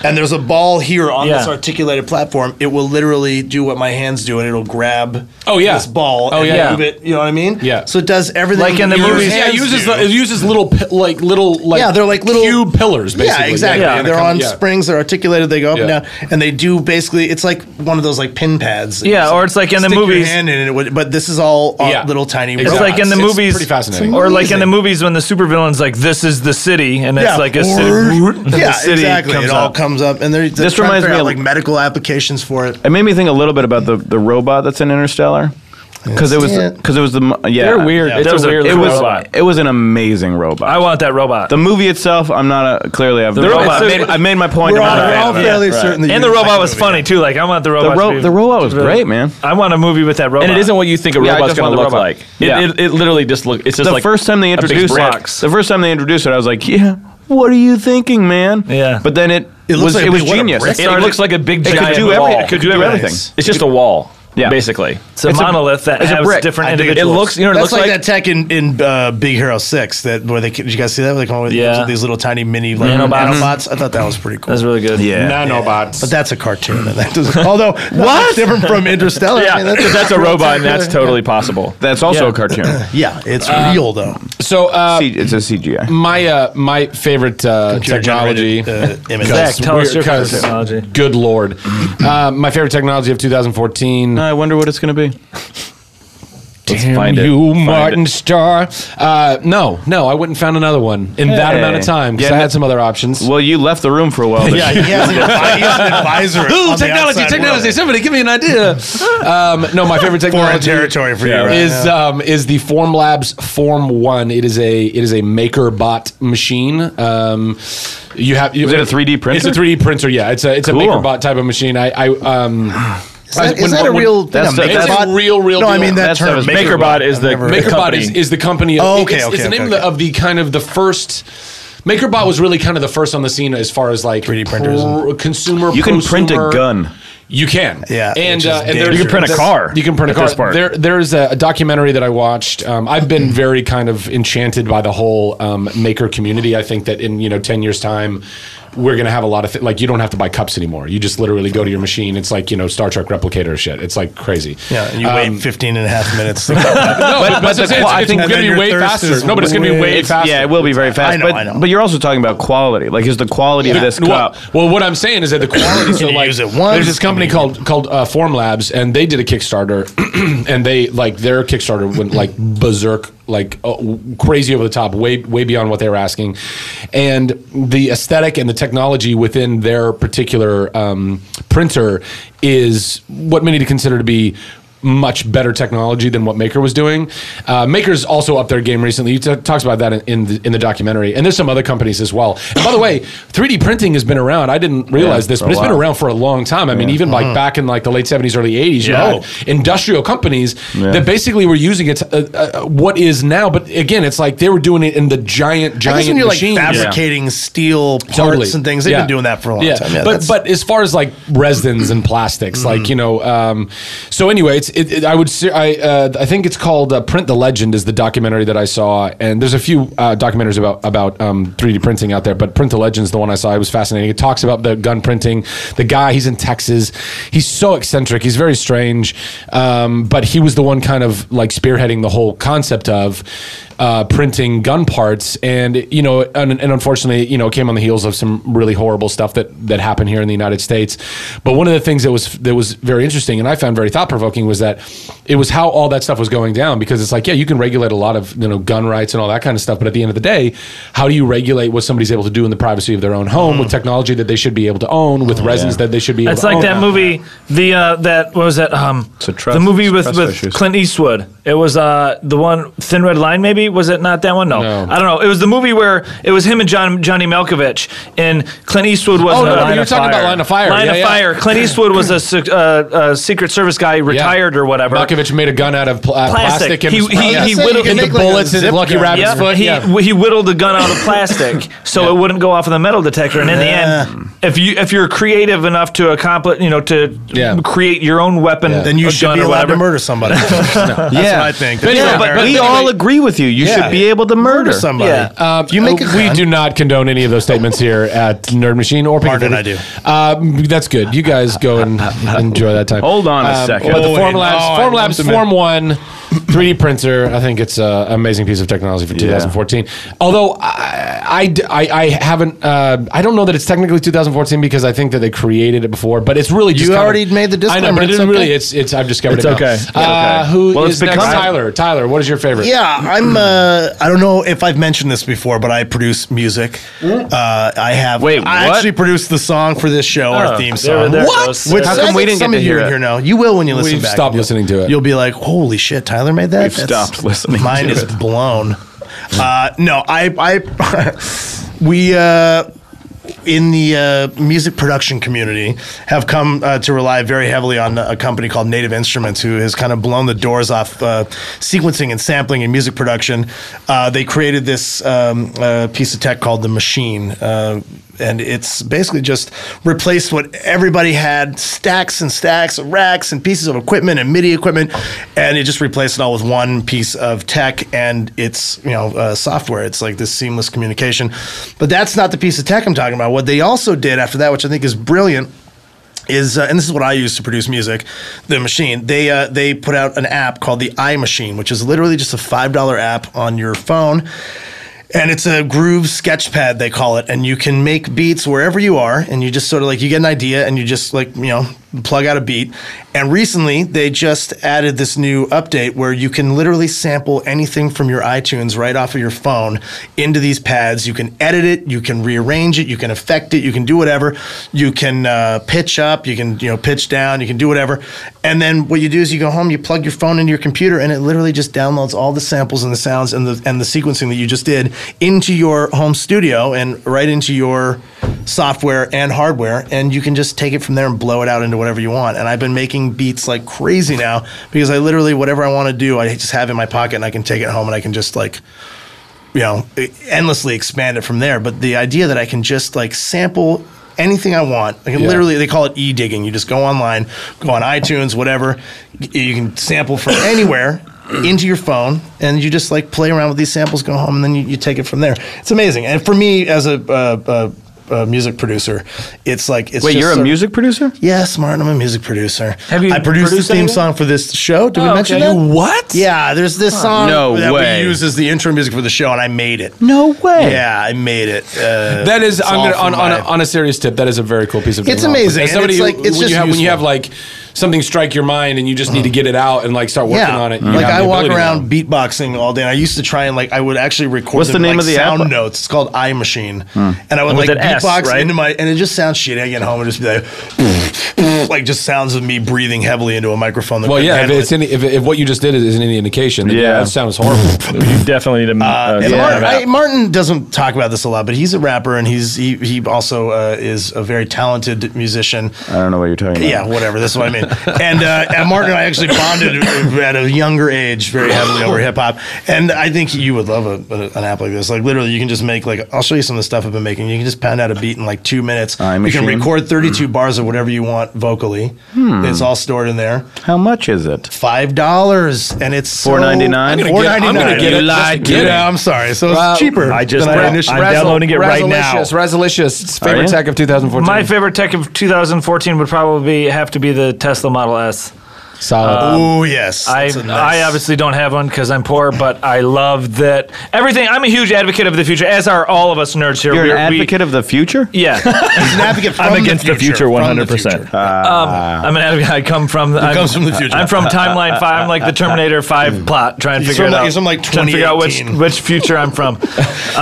Speaker 5: and there's a ball here on this
Speaker 7: Yeah.
Speaker 5: articulated platform, it will literally do what my hands do, and it'll grab
Speaker 4: Oh, yeah.
Speaker 5: this ball
Speaker 4: Oh,
Speaker 5: and
Speaker 4: yeah.
Speaker 5: move it. You know what I mean?
Speaker 4: Yeah.
Speaker 5: So it does everything
Speaker 7: Like in the
Speaker 5: your
Speaker 7: movies.
Speaker 5: hands
Speaker 4: yeah, it uses
Speaker 5: do.
Speaker 4: the, it uses little pi- like little like
Speaker 5: yeah, they're like little
Speaker 4: cube pillars basically.
Speaker 5: Yeah, exactly.
Speaker 7: Yeah.
Speaker 5: They're
Speaker 4: kinda
Speaker 5: on
Speaker 4: come- yeah.
Speaker 5: springs. They're articulated. They go up
Speaker 4: Yeah.
Speaker 5: and down, and they do basically. It's like one of those like pin pads.
Speaker 7: Yeah, or it's like in the
Speaker 5: Stick your
Speaker 7: movies.
Speaker 5: hand in it, it would- but this is all on
Speaker 4: Yeah.
Speaker 5: little tiny.
Speaker 4: It's
Speaker 7: It's
Speaker 5: robots.
Speaker 7: like in the
Speaker 4: It's
Speaker 7: movies.
Speaker 4: pretty fascinating.
Speaker 7: Or like in the movies when the supervillain's like, "This is the city," and it's like a city. and the
Speaker 5: yeah,
Speaker 7: city
Speaker 5: exactly.
Speaker 7: comes
Speaker 5: It all
Speaker 7: up.
Speaker 5: comes up, and they're, they're
Speaker 6: This
Speaker 5: trying to
Speaker 6: reminds
Speaker 5: figure
Speaker 6: me
Speaker 5: out, like
Speaker 6: of-
Speaker 5: medical applications for it.
Speaker 6: It made me think a little bit about the, the robot that's in Interstellar. Because it was,
Speaker 5: Yeah.
Speaker 6: because it was the mo- yeah.
Speaker 1: They're weird.
Speaker 5: Yeah.
Speaker 1: It's
Speaker 7: Those
Speaker 1: a
Speaker 7: are-
Speaker 1: weird
Speaker 6: It
Speaker 1: little
Speaker 6: was
Speaker 1: robot.
Speaker 6: it was an amazing robot.
Speaker 7: I want that robot.
Speaker 6: the movie itself, I'm not a clearly. I've,
Speaker 7: robot-
Speaker 6: I've, made, I've made my point.
Speaker 5: We're
Speaker 6: I'm
Speaker 5: all,
Speaker 6: not a
Speaker 5: we're
Speaker 6: fan
Speaker 5: all
Speaker 6: of it.
Speaker 5: fairly
Speaker 6: Right.
Speaker 5: certain that
Speaker 7: and the
Speaker 5: you like
Speaker 7: robot was
Speaker 5: movie.
Speaker 7: funny too. Like I want the robot.
Speaker 6: ro-
Speaker 7: to be-
Speaker 6: the robot was
Speaker 7: to be-
Speaker 6: great, man.
Speaker 7: I want a movie with that robot.
Speaker 1: And it isn't what you think a
Speaker 6: Yeah, I
Speaker 1: robot's
Speaker 6: just
Speaker 1: going
Speaker 6: want the
Speaker 1: to look
Speaker 6: robot.
Speaker 1: like.
Speaker 6: Yeah.
Speaker 1: It, it, it literally just look. It's just
Speaker 6: the
Speaker 1: like
Speaker 6: first time they
Speaker 1: a big
Speaker 6: introduced it,
Speaker 1: brick.
Speaker 7: box.
Speaker 6: the first time they introduced it, I was like, yeah, what are you thinking, man?
Speaker 7: Yeah.
Speaker 6: But then it,
Speaker 5: It looks
Speaker 6: was
Speaker 5: like a
Speaker 6: it was
Speaker 5: big- what a
Speaker 6: genius.
Speaker 5: brick.
Speaker 1: It looks like a big
Speaker 6: It could
Speaker 1: giant
Speaker 6: do
Speaker 1: wall.
Speaker 6: everything. It could do everything.
Speaker 1: It's just a wall.
Speaker 6: Yeah.
Speaker 1: Basically.
Speaker 7: It's a
Speaker 6: It's a-
Speaker 7: monolith that
Speaker 6: it's a
Speaker 7: has
Speaker 6: brick.
Speaker 7: different
Speaker 5: I dig it.
Speaker 1: It
Speaker 7: individuals.
Speaker 1: looks. You know. It
Speaker 5: That's
Speaker 1: looks
Speaker 5: like,
Speaker 1: like,
Speaker 5: that tech in, in uh, Big Hero Six that where they did you guys see that where they come up with
Speaker 7: Yeah.
Speaker 5: these little tiny mini like,
Speaker 7: Nanobots.
Speaker 5: nanobots. I thought that was pretty cool.
Speaker 7: That's really good.
Speaker 6: Yeah.
Speaker 4: Nanobots.
Speaker 5: but that's a cartoon. And that doesn't, although what different from Interstellar. I
Speaker 1: yeah.
Speaker 5: mean, that's, a-
Speaker 1: That's a robot, and that's totally possible.
Speaker 6: That's also
Speaker 7: Yeah.
Speaker 6: a cartoon.
Speaker 5: yeah, it's real though.
Speaker 4: So uh,
Speaker 6: C- it's a CGI.
Speaker 4: my uh, my favorite uh, technology.
Speaker 5: Computer-generated, uh, image.
Speaker 7: Zach, tell us
Speaker 4: weird
Speaker 7: your favorite
Speaker 4: kinds of-
Speaker 7: technology.
Speaker 4: Good lord, uh, my favorite technology of 2014.
Speaker 6: I wonder what it's going to be.
Speaker 4: Damn
Speaker 1: find it.
Speaker 4: you,
Speaker 1: Find
Speaker 4: Martin Starr. Uh, no, no, I wouldn't found another one in that
Speaker 6: Hey.
Speaker 4: amount of time because
Speaker 6: Yeah,
Speaker 4: I
Speaker 6: no-
Speaker 4: had some other options.
Speaker 6: Well, you left the room for a while. but-
Speaker 5: Yeah, he has an, advi- he has an advisor.
Speaker 4: Ooh,
Speaker 5: on the
Speaker 4: technology,
Speaker 5: outside
Speaker 4: technology!
Speaker 5: world.
Speaker 4: Somebody give me an idea. um, no, my favorite
Speaker 5: Foreign
Speaker 4: technology
Speaker 5: territory for you, right?
Speaker 4: is um, is the Form Labs Form One. It is a it is a maker bot machine. Um, you have you,
Speaker 6: Is it a 3D
Speaker 4: It's a
Speaker 6: printer?
Speaker 4: 3D printer. Yeah, it's a it's a
Speaker 6: Cool.
Speaker 4: maker bot type of machine. I, I um.
Speaker 5: Is that, is
Speaker 4: when-
Speaker 5: that a
Speaker 4: when-
Speaker 5: real?
Speaker 6: that's
Speaker 5: thing,
Speaker 6: the-
Speaker 4: It's
Speaker 5: MakerBot?
Speaker 4: a real, real.
Speaker 5: No, I
Speaker 4: deal.
Speaker 5: mean that
Speaker 6: That's
Speaker 5: term.
Speaker 6: what it was-
Speaker 1: Makerbot is the,
Speaker 5: I've never-
Speaker 1: the
Speaker 4: MakerBot
Speaker 1: company.
Speaker 4: is, is the company. Of,
Speaker 5: Oh, okay,
Speaker 4: it's, it's
Speaker 5: okay,
Speaker 4: the name
Speaker 5: okay, okay.
Speaker 4: of the kind of the first. MakerBot was really kind of the first on the scene as far as like
Speaker 5: 3D printers and-
Speaker 4: pro- consumer.
Speaker 6: You can print a
Speaker 4: prosumer-
Speaker 6: gun.
Speaker 4: You can.
Speaker 5: Yeah,
Speaker 4: and,
Speaker 5: which is
Speaker 4: uh, and
Speaker 5: dangerous.
Speaker 4: there's-
Speaker 5: You can
Speaker 1: print a
Speaker 4: there's-
Speaker 1: car
Speaker 4: You can print a
Speaker 1: at
Speaker 4: car.
Speaker 1: this part.
Speaker 4: There, there's a, a documentary that I watched. Um, I've been very kind of enchanted by the whole um, maker community. I think that in you know ten years time. We're gonna have a lot of th- like you don't have to buy cups anymore. You just literally go to your machine. It's like you know Star Trek replicator shit. It's like crazy.
Speaker 5: Yeah, and you
Speaker 4: Um,
Speaker 5: wait 15 and a half minutes. To go.
Speaker 4: no, but, but,
Speaker 6: the
Speaker 4: it's, it's,
Speaker 6: qua- I
Speaker 4: going
Speaker 6: think-
Speaker 5: and then
Speaker 4: to be
Speaker 5: your
Speaker 4: way
Speaker 5: thirst
Speaker 4: faster.
Speaker 5: is
Speaker 4: No, but it's going to be way
Speaker 5: way-
Speaker 4: faster.
Speaker 6: Yeah, it will be very fast.
Speaker 5: know,
Speaker 6: but,
Speaker 5: I know.
Speaker 6: but you're also talking about quality. Like, is the quality of this
Speaker 4: well,
Speaker 6: cup?
Speaker 4: well, what I'm saying is that the quality. so
Speaker 5: you
Speaker 4: like,
Speaker 5: use it once?
Speaker 4: there's this company called called uh, Form Labs, and they did a Kickstarter, and they like their Kickstarter went like berserk, like uh, w- crazy over the top, way way beyond what they were asking, and the aesthetic and the technology within their particular um, printer is what many to consider to be much better technology than what Maker was doing. Uh, Maker's also up their game recently. He t- talks about that in, in, the, in the documentary, and there's some other companies as well. And by the way, 3D printing has been around. I didn't realize this,
Speaker 6: for
Speaker 4: but
Speaker 6: a
Speaker 4: it's been
Speaker 6: while.
Speaker 4: around for a long time. I mean, even like back in like the late 70s, early 80s, you
Speaker 5: Uh-huh. Yeah.
Speaker 4: had industrial companies that basically were using it. To, uh, uh, what is now, but again, it's like they were doing it in the giant,
Speaker 5: I guess
Speaker 4: giant
Speaker 5: when you're like
Speaker 4: machines.
Speaker 5: fabricating steel parts
Speaker 4: Totally.
Speaker 5: and things, they've
Speaker 4: Yeah.
Speaker 5: been doing that for a long
Speaker 4: Yeah.
Speaker 5: time. Yeah,
Speaker 4: but
Speaker 5: that's-
Speaker 4: but as far as like resins and plastics, like you know, um, so anyway, it's it, it- I would say I uh, I think it's called uh, Print the Legend is the documentary that I saw, and there's a few uh, documentaries about about um, 3D printing out there, but Print the Legend is the one I saw. It was fascinating. It talks about the gun printing. The guy, he's in Texas. He's so eccentric. He's very strange, um, but he was the one kind of like spearheading the whole concept of uh, printing gun parts, and you know, and, and unfortunately, you know, it came on the heels of some really horrible stuff that that happened here in the United States. But one of the things that was that was very interesting, and I found very thought provoking, was that it was how all that stuff was going down. Because it's like, yeah, you can regulate a lot of you know gun rights and all that kind of stuff, but at the end of the day, how do you regulate what somebody's able to do in the privacy of their own home
Speaker 7: Mm.
Speaker 4: with technology that they should be able to own, with resins that they should be? Oh, able
Speaker 7: It's
Speaker 4: to
Speaker 7: Oh, like
Speaker 4: own?
Speaker 7: that movie, the uh, that what was that? Um,
Speaker 6: a trust-
Speaker 7: the movie with,
Speaker 6: trust
Speaker 7: with
Speaker 6: issues.
Speaker 7: Clint Eastwood. It was uh, the one Thin Red Line. Maybe was it not that one? No.
Speaker 4: No.
Speaker 7: I don't know. It was the movie where it was him and John Johnny Malkovich, and Clint Eastwood was.
Speaker 4: Oh,
Speaker 7: in
Speaker 4: no,
Speaker 7: a
Speaker 4: no,
Speaker 7: line
Speaker 4: you're
Speaker 7: of
Speaker 4: talking
Speaker 7: fire.
Speaker 4: about Line of Fire.
Speaker 7: Line
Speaker 4: Yeah,
Speaker 7: of
Speaker 4: yeah.
Speaker 7: Fire. Clint Eastwood was a, sec- uh, uh Secret Service guy, retired or whatever.
Speaker 4: Malkovich made a gun out of pl- uh, plastic.
Speaker 7: Plastic.
Speaker 4: and
Speaker 7: He-
Speaker 4: was-
Speaker 7: he-
Speaker 4: oh, yes.
Speaker 7: he whittled-
Speaker 4: and the
Speaker 5: make like a
Speaker 4: bullets in
Speaker 5: zip
Speaker 4: Lucky
Speaker 5: gun.
Speaker 4: Rabbit's
Speaker 7: Yep.
Speaker 4: foot.
Speaker 7: He
Speaker 4: yeah.
Speaker 7: he whittled the gun out of plastic, so it wouldn't go off of the metal detector. And in the end, if you if you're creative enough to accomplish, you know, to
Speaker 4: Yeah.
Speaker 7: create your own weapon,
Speaker 5: Then you
Speaker 7: a
Speaker 5: should
Speaker 7: gun
Speaker 5: be
Speaker 7: or
Speaker 5: allowed to
Speaker 7: whatever.
Speaker 5: murder somebody. That's what
Speaker 6: yeah,
Speaker 5: I think.
Speaker 4: But
Speaker 5: That's
Speaker 4: yeah,
Speaker 5: what
Speaker 4: but-
Speaker 5: I
Speaker 4: but-
Speaker 5: think.
Speaker 6: we all agree with you. You
Speaker 5: Yeah.
Speaker 6: should be able to murder,
Speaker 5: murder somebody.
Speaker 7: Yeah.
Speaker 4: Um,
Speaker 5: you make a
Speaker 4: uh, we
Speaker 5: gun-
Speaker 4: do not condone any of those statements here at Nerd Machine or Pick and
Speaker 5: Pardon,
Speaker 4: Favorite. Um, that's good. You guys go and enjoy that time. Um,
Speaker 6: Hold on a second.
Speaker 4: But the
Speaker 5: Oh,
Speaker 4: Form
Speaker 5: wait.
Speaker 4: Labs,
Speaker 5: Oh, I
Speaker 4: Form
Speaker 5: want
Speaker 4: Labs,
Speaker 5: to min-
Speaker 4: Form One, 3D printer. I think it's an amazing piece of technology for 2014. Although I, I d- I- I haven't, uh, I don't know that it's technically 2014 because I think that they created it before. But it's really just
Speaker 5: You
Speaker 4: kind of-
Speaker 5: already made the
Speaker 4: I know,
Speaker 5: disclaimer.
Speaker 4: but it
Speaker 5: It's
Speaker 4: isn't really.
Speaker 5: okay.
Speaker 4: It's it's I've discovered
Speaker 1: It's
Speaker 4: it. now.
Speaker 1: okay. It's
Speaker 4: Uh,
Speaker 6: okay.
Speaker 4: Who
Speaker 6: Well, it's
Speaker 4: is next?
Speaker 6: become-
Speaker 4: Tyler? Tyler, what is your favorite?
Speaker 5: Yeah, I'm. Uh, I don't know if I've mentioned this before, but I produce music. Uh, I have.
Speaker 6: Wait,
Speaker 5: I
Speaker 6: what?
Speaker 5: actually produced the song for this show, our theme song.
Speaker 7: there it
Speaker 5: what?
Speaker 7: goes.
Speaker 5: Which
Speaker 6: How
Speaker 5: I
Speaker 6: come
Speaker 5: think
Speaker 6: we didn't
Speaker 5: some
Speaker 6: get
Speaker 5: of
Speaker 6: to
Speaker 5: you
Speaker 6: hear
Speaker 5: in
Speaker 6: it?
Speaker 5: here now. You will when you listen.
Speaker 4: We've
Speaker 5: back.
Speaker 4: stopped
Speaker 5: You'll-
Speaker 4: listening to it.
Speaker 5: You'll be like, "Holy shit, Tyler made that."
Speaker 6: We've stopped listening
Speaker 5: Mine
Speaker 6: to
Speaker 5: is
Speaker 6: it.
Speaker 5: blown. Uh, no, I, I, we. Uh, in the uh, music production community have come uh, to rely very heavily on a company called Native Instruments, who has kind of blown the doors off uh, sequencing and sampling in music production. Uh, they created this um, uh, piece of tech called the Machine. Uh, and it's basically just replaced what everybody had stacks and stacks of racks and pieces of equipment and MIDI equipment. And it just replaced it all with one piece of tech and it's, you know, uh, software. It's like this seamless communication. But that's not the piece of tech I'm talking about. What they also did after that, which I think is brilliant, is uh, and this is what I use to produce music, the machine. They uh, they put out an app called the iMachine, which is literally just a five dollar app on your phone. And it's a groove sketch pad, they call it. And you can make beats wherever you are. And you just sort of like, you get an idea and you just like, you know, plug out a beat. And recently, they just added this new update where you can literally sample anything from your iTunes right off of your phone into these pads. You can edit it, you can rearrange it, you can affect it, you can do whatever. You can uh, pitch up, you can, you know, pitch down, you can do whatever. And then what you do is you go home, you plug your phone into your computer, and it literally just downloads all the samples and the sounds and the and the sequencing that you just did into your home studio and right into your software and hardware, and you can just take it from there and blow it out into whatever you want. And I've been making beats like crazy now because I literally whatever I want to do, I just have in my pocket and I can take it home and I can just like you know e, endlessly expand it from there but the idea that i can just like sample anything i want i can
Speaker 4: Yeah.
Speaker 5: literally they call it e-digging you just go online go on itunes whatever y- you can sample from anywhere into your phone and you just like play around with these samples go home and then you, you take it from there it's amazing and for me as a uh, uh, uh, music producer it's like it's just
Speaker 6: Wait, you're a
Speaker 5: sort of-
Speaker 6: music producer?
Speaker 5: Yes, Martin, I'm a music producer.
Speaker 7: Have you
Speaker 5: I produced the
Speaker 7: produced
Speaker 5: theme
Speaker 7: anything?
Speaker 5: song for this show. Did we
Speaker 7: Oh,
Speaker 5: mention
Speaker 7: okay.
Speaker 5: that?
Speaker 7: You
Speaker 5: What? Yeah, there's this song
Speaker 6: No
Speaker 5: that
Speaker 6: way.
Speaker 5: we use as the intro music for the show, and I made it.
Speaker 6: No way.
Speaker 5: Yeah, I made it. Uh,
Speaker 4: That is,
Speaker 5: it's
Speaker 4: I'm
Speaker 5: all
Speaker 4: gonna, on,
Speaker 5: from
Speaker 4: on, a,
Speaker 5: my-
Speaker 4: on a serious tip. That is a very cool piece of.
Speaker 5: It's
Speaker 4: technology.
Speaker 5: amazing,
Speaker 4: As
Speaker 5: and
Speaker 4: somebody
Speaker 5: it's
Speaker 4: who-
Speaker 5: like- it's
Speaker 4: when
Speaker 5: just
Speaker 4: you have when you
Speaker 5: useful.
Speaker 4: have like something strike your mind and you just need to get it out and like start working
Speaker 5: yeah,
Speaker 4: on it. you
Speaker 5: like
Speaker 4: have
Speaker 5: I
Speaker 4: the
Speaker 5: walk
Speaker 4: ability now.
Speaker 5: around beatboxing all day. And I used to try and like I would actually record.
Speaker 6: What's the
Speaker 5: them in,
Speaker 6: name
Speaker 5: like,
Speaker 6: of the app?
Speaker 5: sound notes? It's called iMachine,
Speaker 4: Hmm.
Speaker 5: and I would
Speaker 7: With
Speaker 5: like
Speaker 7: an S,
Speaker 5: beatbox
Speaker 7: right?
Speaker 5: into my and it just sounds shitty. I get home and just be like, like just sounds of me breathing heavily into a microphone. That
Speaker 4: Well,
Speaker 5: couldn't
Speaker 4: yeah. If
Speaker 5: handle
Speaker 4: it's any, if, if what you just did is any indication, then yeah,
Speaker 6: Yeah.
Speaker 4: that sounds horrible.
Speaker 1: You definitely need a. Uh,
Speaker 5: And
Speaker 1: yeah.
Speaker 5: Martin, I- Martin doesn't talk about this a lot, but he's a rapper and he's he, he also uh, is a very talented musician.
Speaker 6: I don't know what you're talking about.
Speaker 5: Yeah, whatever. That's what I mean. And, uh, and Martin and I actually bonded at a younger age very heavily over hip hop. And I think you would love a, a- an app like this. Like literally, you can just make like I'll show you some of the stuff I've been making. You can just pound out a beat in like two minutes.
Speaker 6: I'm
Speaker 5: you can
Speaker 6: machine.
Speaker 5: record 32 bars of whatever you want vocally. It's all stored in there.
Speaker 6: How much is it?
Speaker 5: Five dollars, and it's
Speaker 6: $4.99? I'm gonna
Speaker 5: Four
Speaker 4: get- I'm
Speaker 5: ninety
Speaker 4: gonna
Speaker 5: nine.
Speaker 4: get it just to get it.
Speaker 5: Yeah, I'm sorry. So it's
Speaker 4: Well,
Speaker 5: cheaper.
Speaker 1: I just-
Speaker 5: than
Speaker 1: I'm
Speaker 5: initially-
Speaker 1: down- downloading it right now.
Speaker 4: Razzalicious, Razzalicious,
Speaker 6: Are
Speaker 4: favorite
Speaker 6: you?
Speaker 4: tech of 2014.
Speaker 7: My favorite tech of 2014 would probably have to be the Tesla Model S.
Speaker 4: Solid.
Speaker 6: Um,
Speaker 5: oh yes,
Speaker 7: I,
Speaker 5: That's a
Speaker 7: I
Speaker 5: nice-
Speaker 7: obviously don't have one because I'm poor, but I love that everything. I'm a huge advocate of the future, as are all of us nerds here.
Speaker 6: You're an
Speaker 7: We're- we-
Speaker 6: advocate of the future?
Speaker 7: yeah,
Speaker 5: He's an advocate from
Speaker 1: I'm against the future
Speaker 5: from
Speaker 1: 100%.
Speaker 5: future.
Speaker 7: I'm an advocate. I come from. I'm,
Speaker 5: Uh, comes from the future. Hmm.
Speaker 7: I'm from Timeline Five. I'm like the Terminator Five plot, trying to
Speaker 5: He's
Speaker 7: figure
Speaker 5: from
Speaker 7: it
Speaker 5: like-
Speaker 7: out.
Speaker 5: he's from like
Speaker 7: trying to figure out which
Speaker 5: 2018.
Speaker 7: which future I'm from.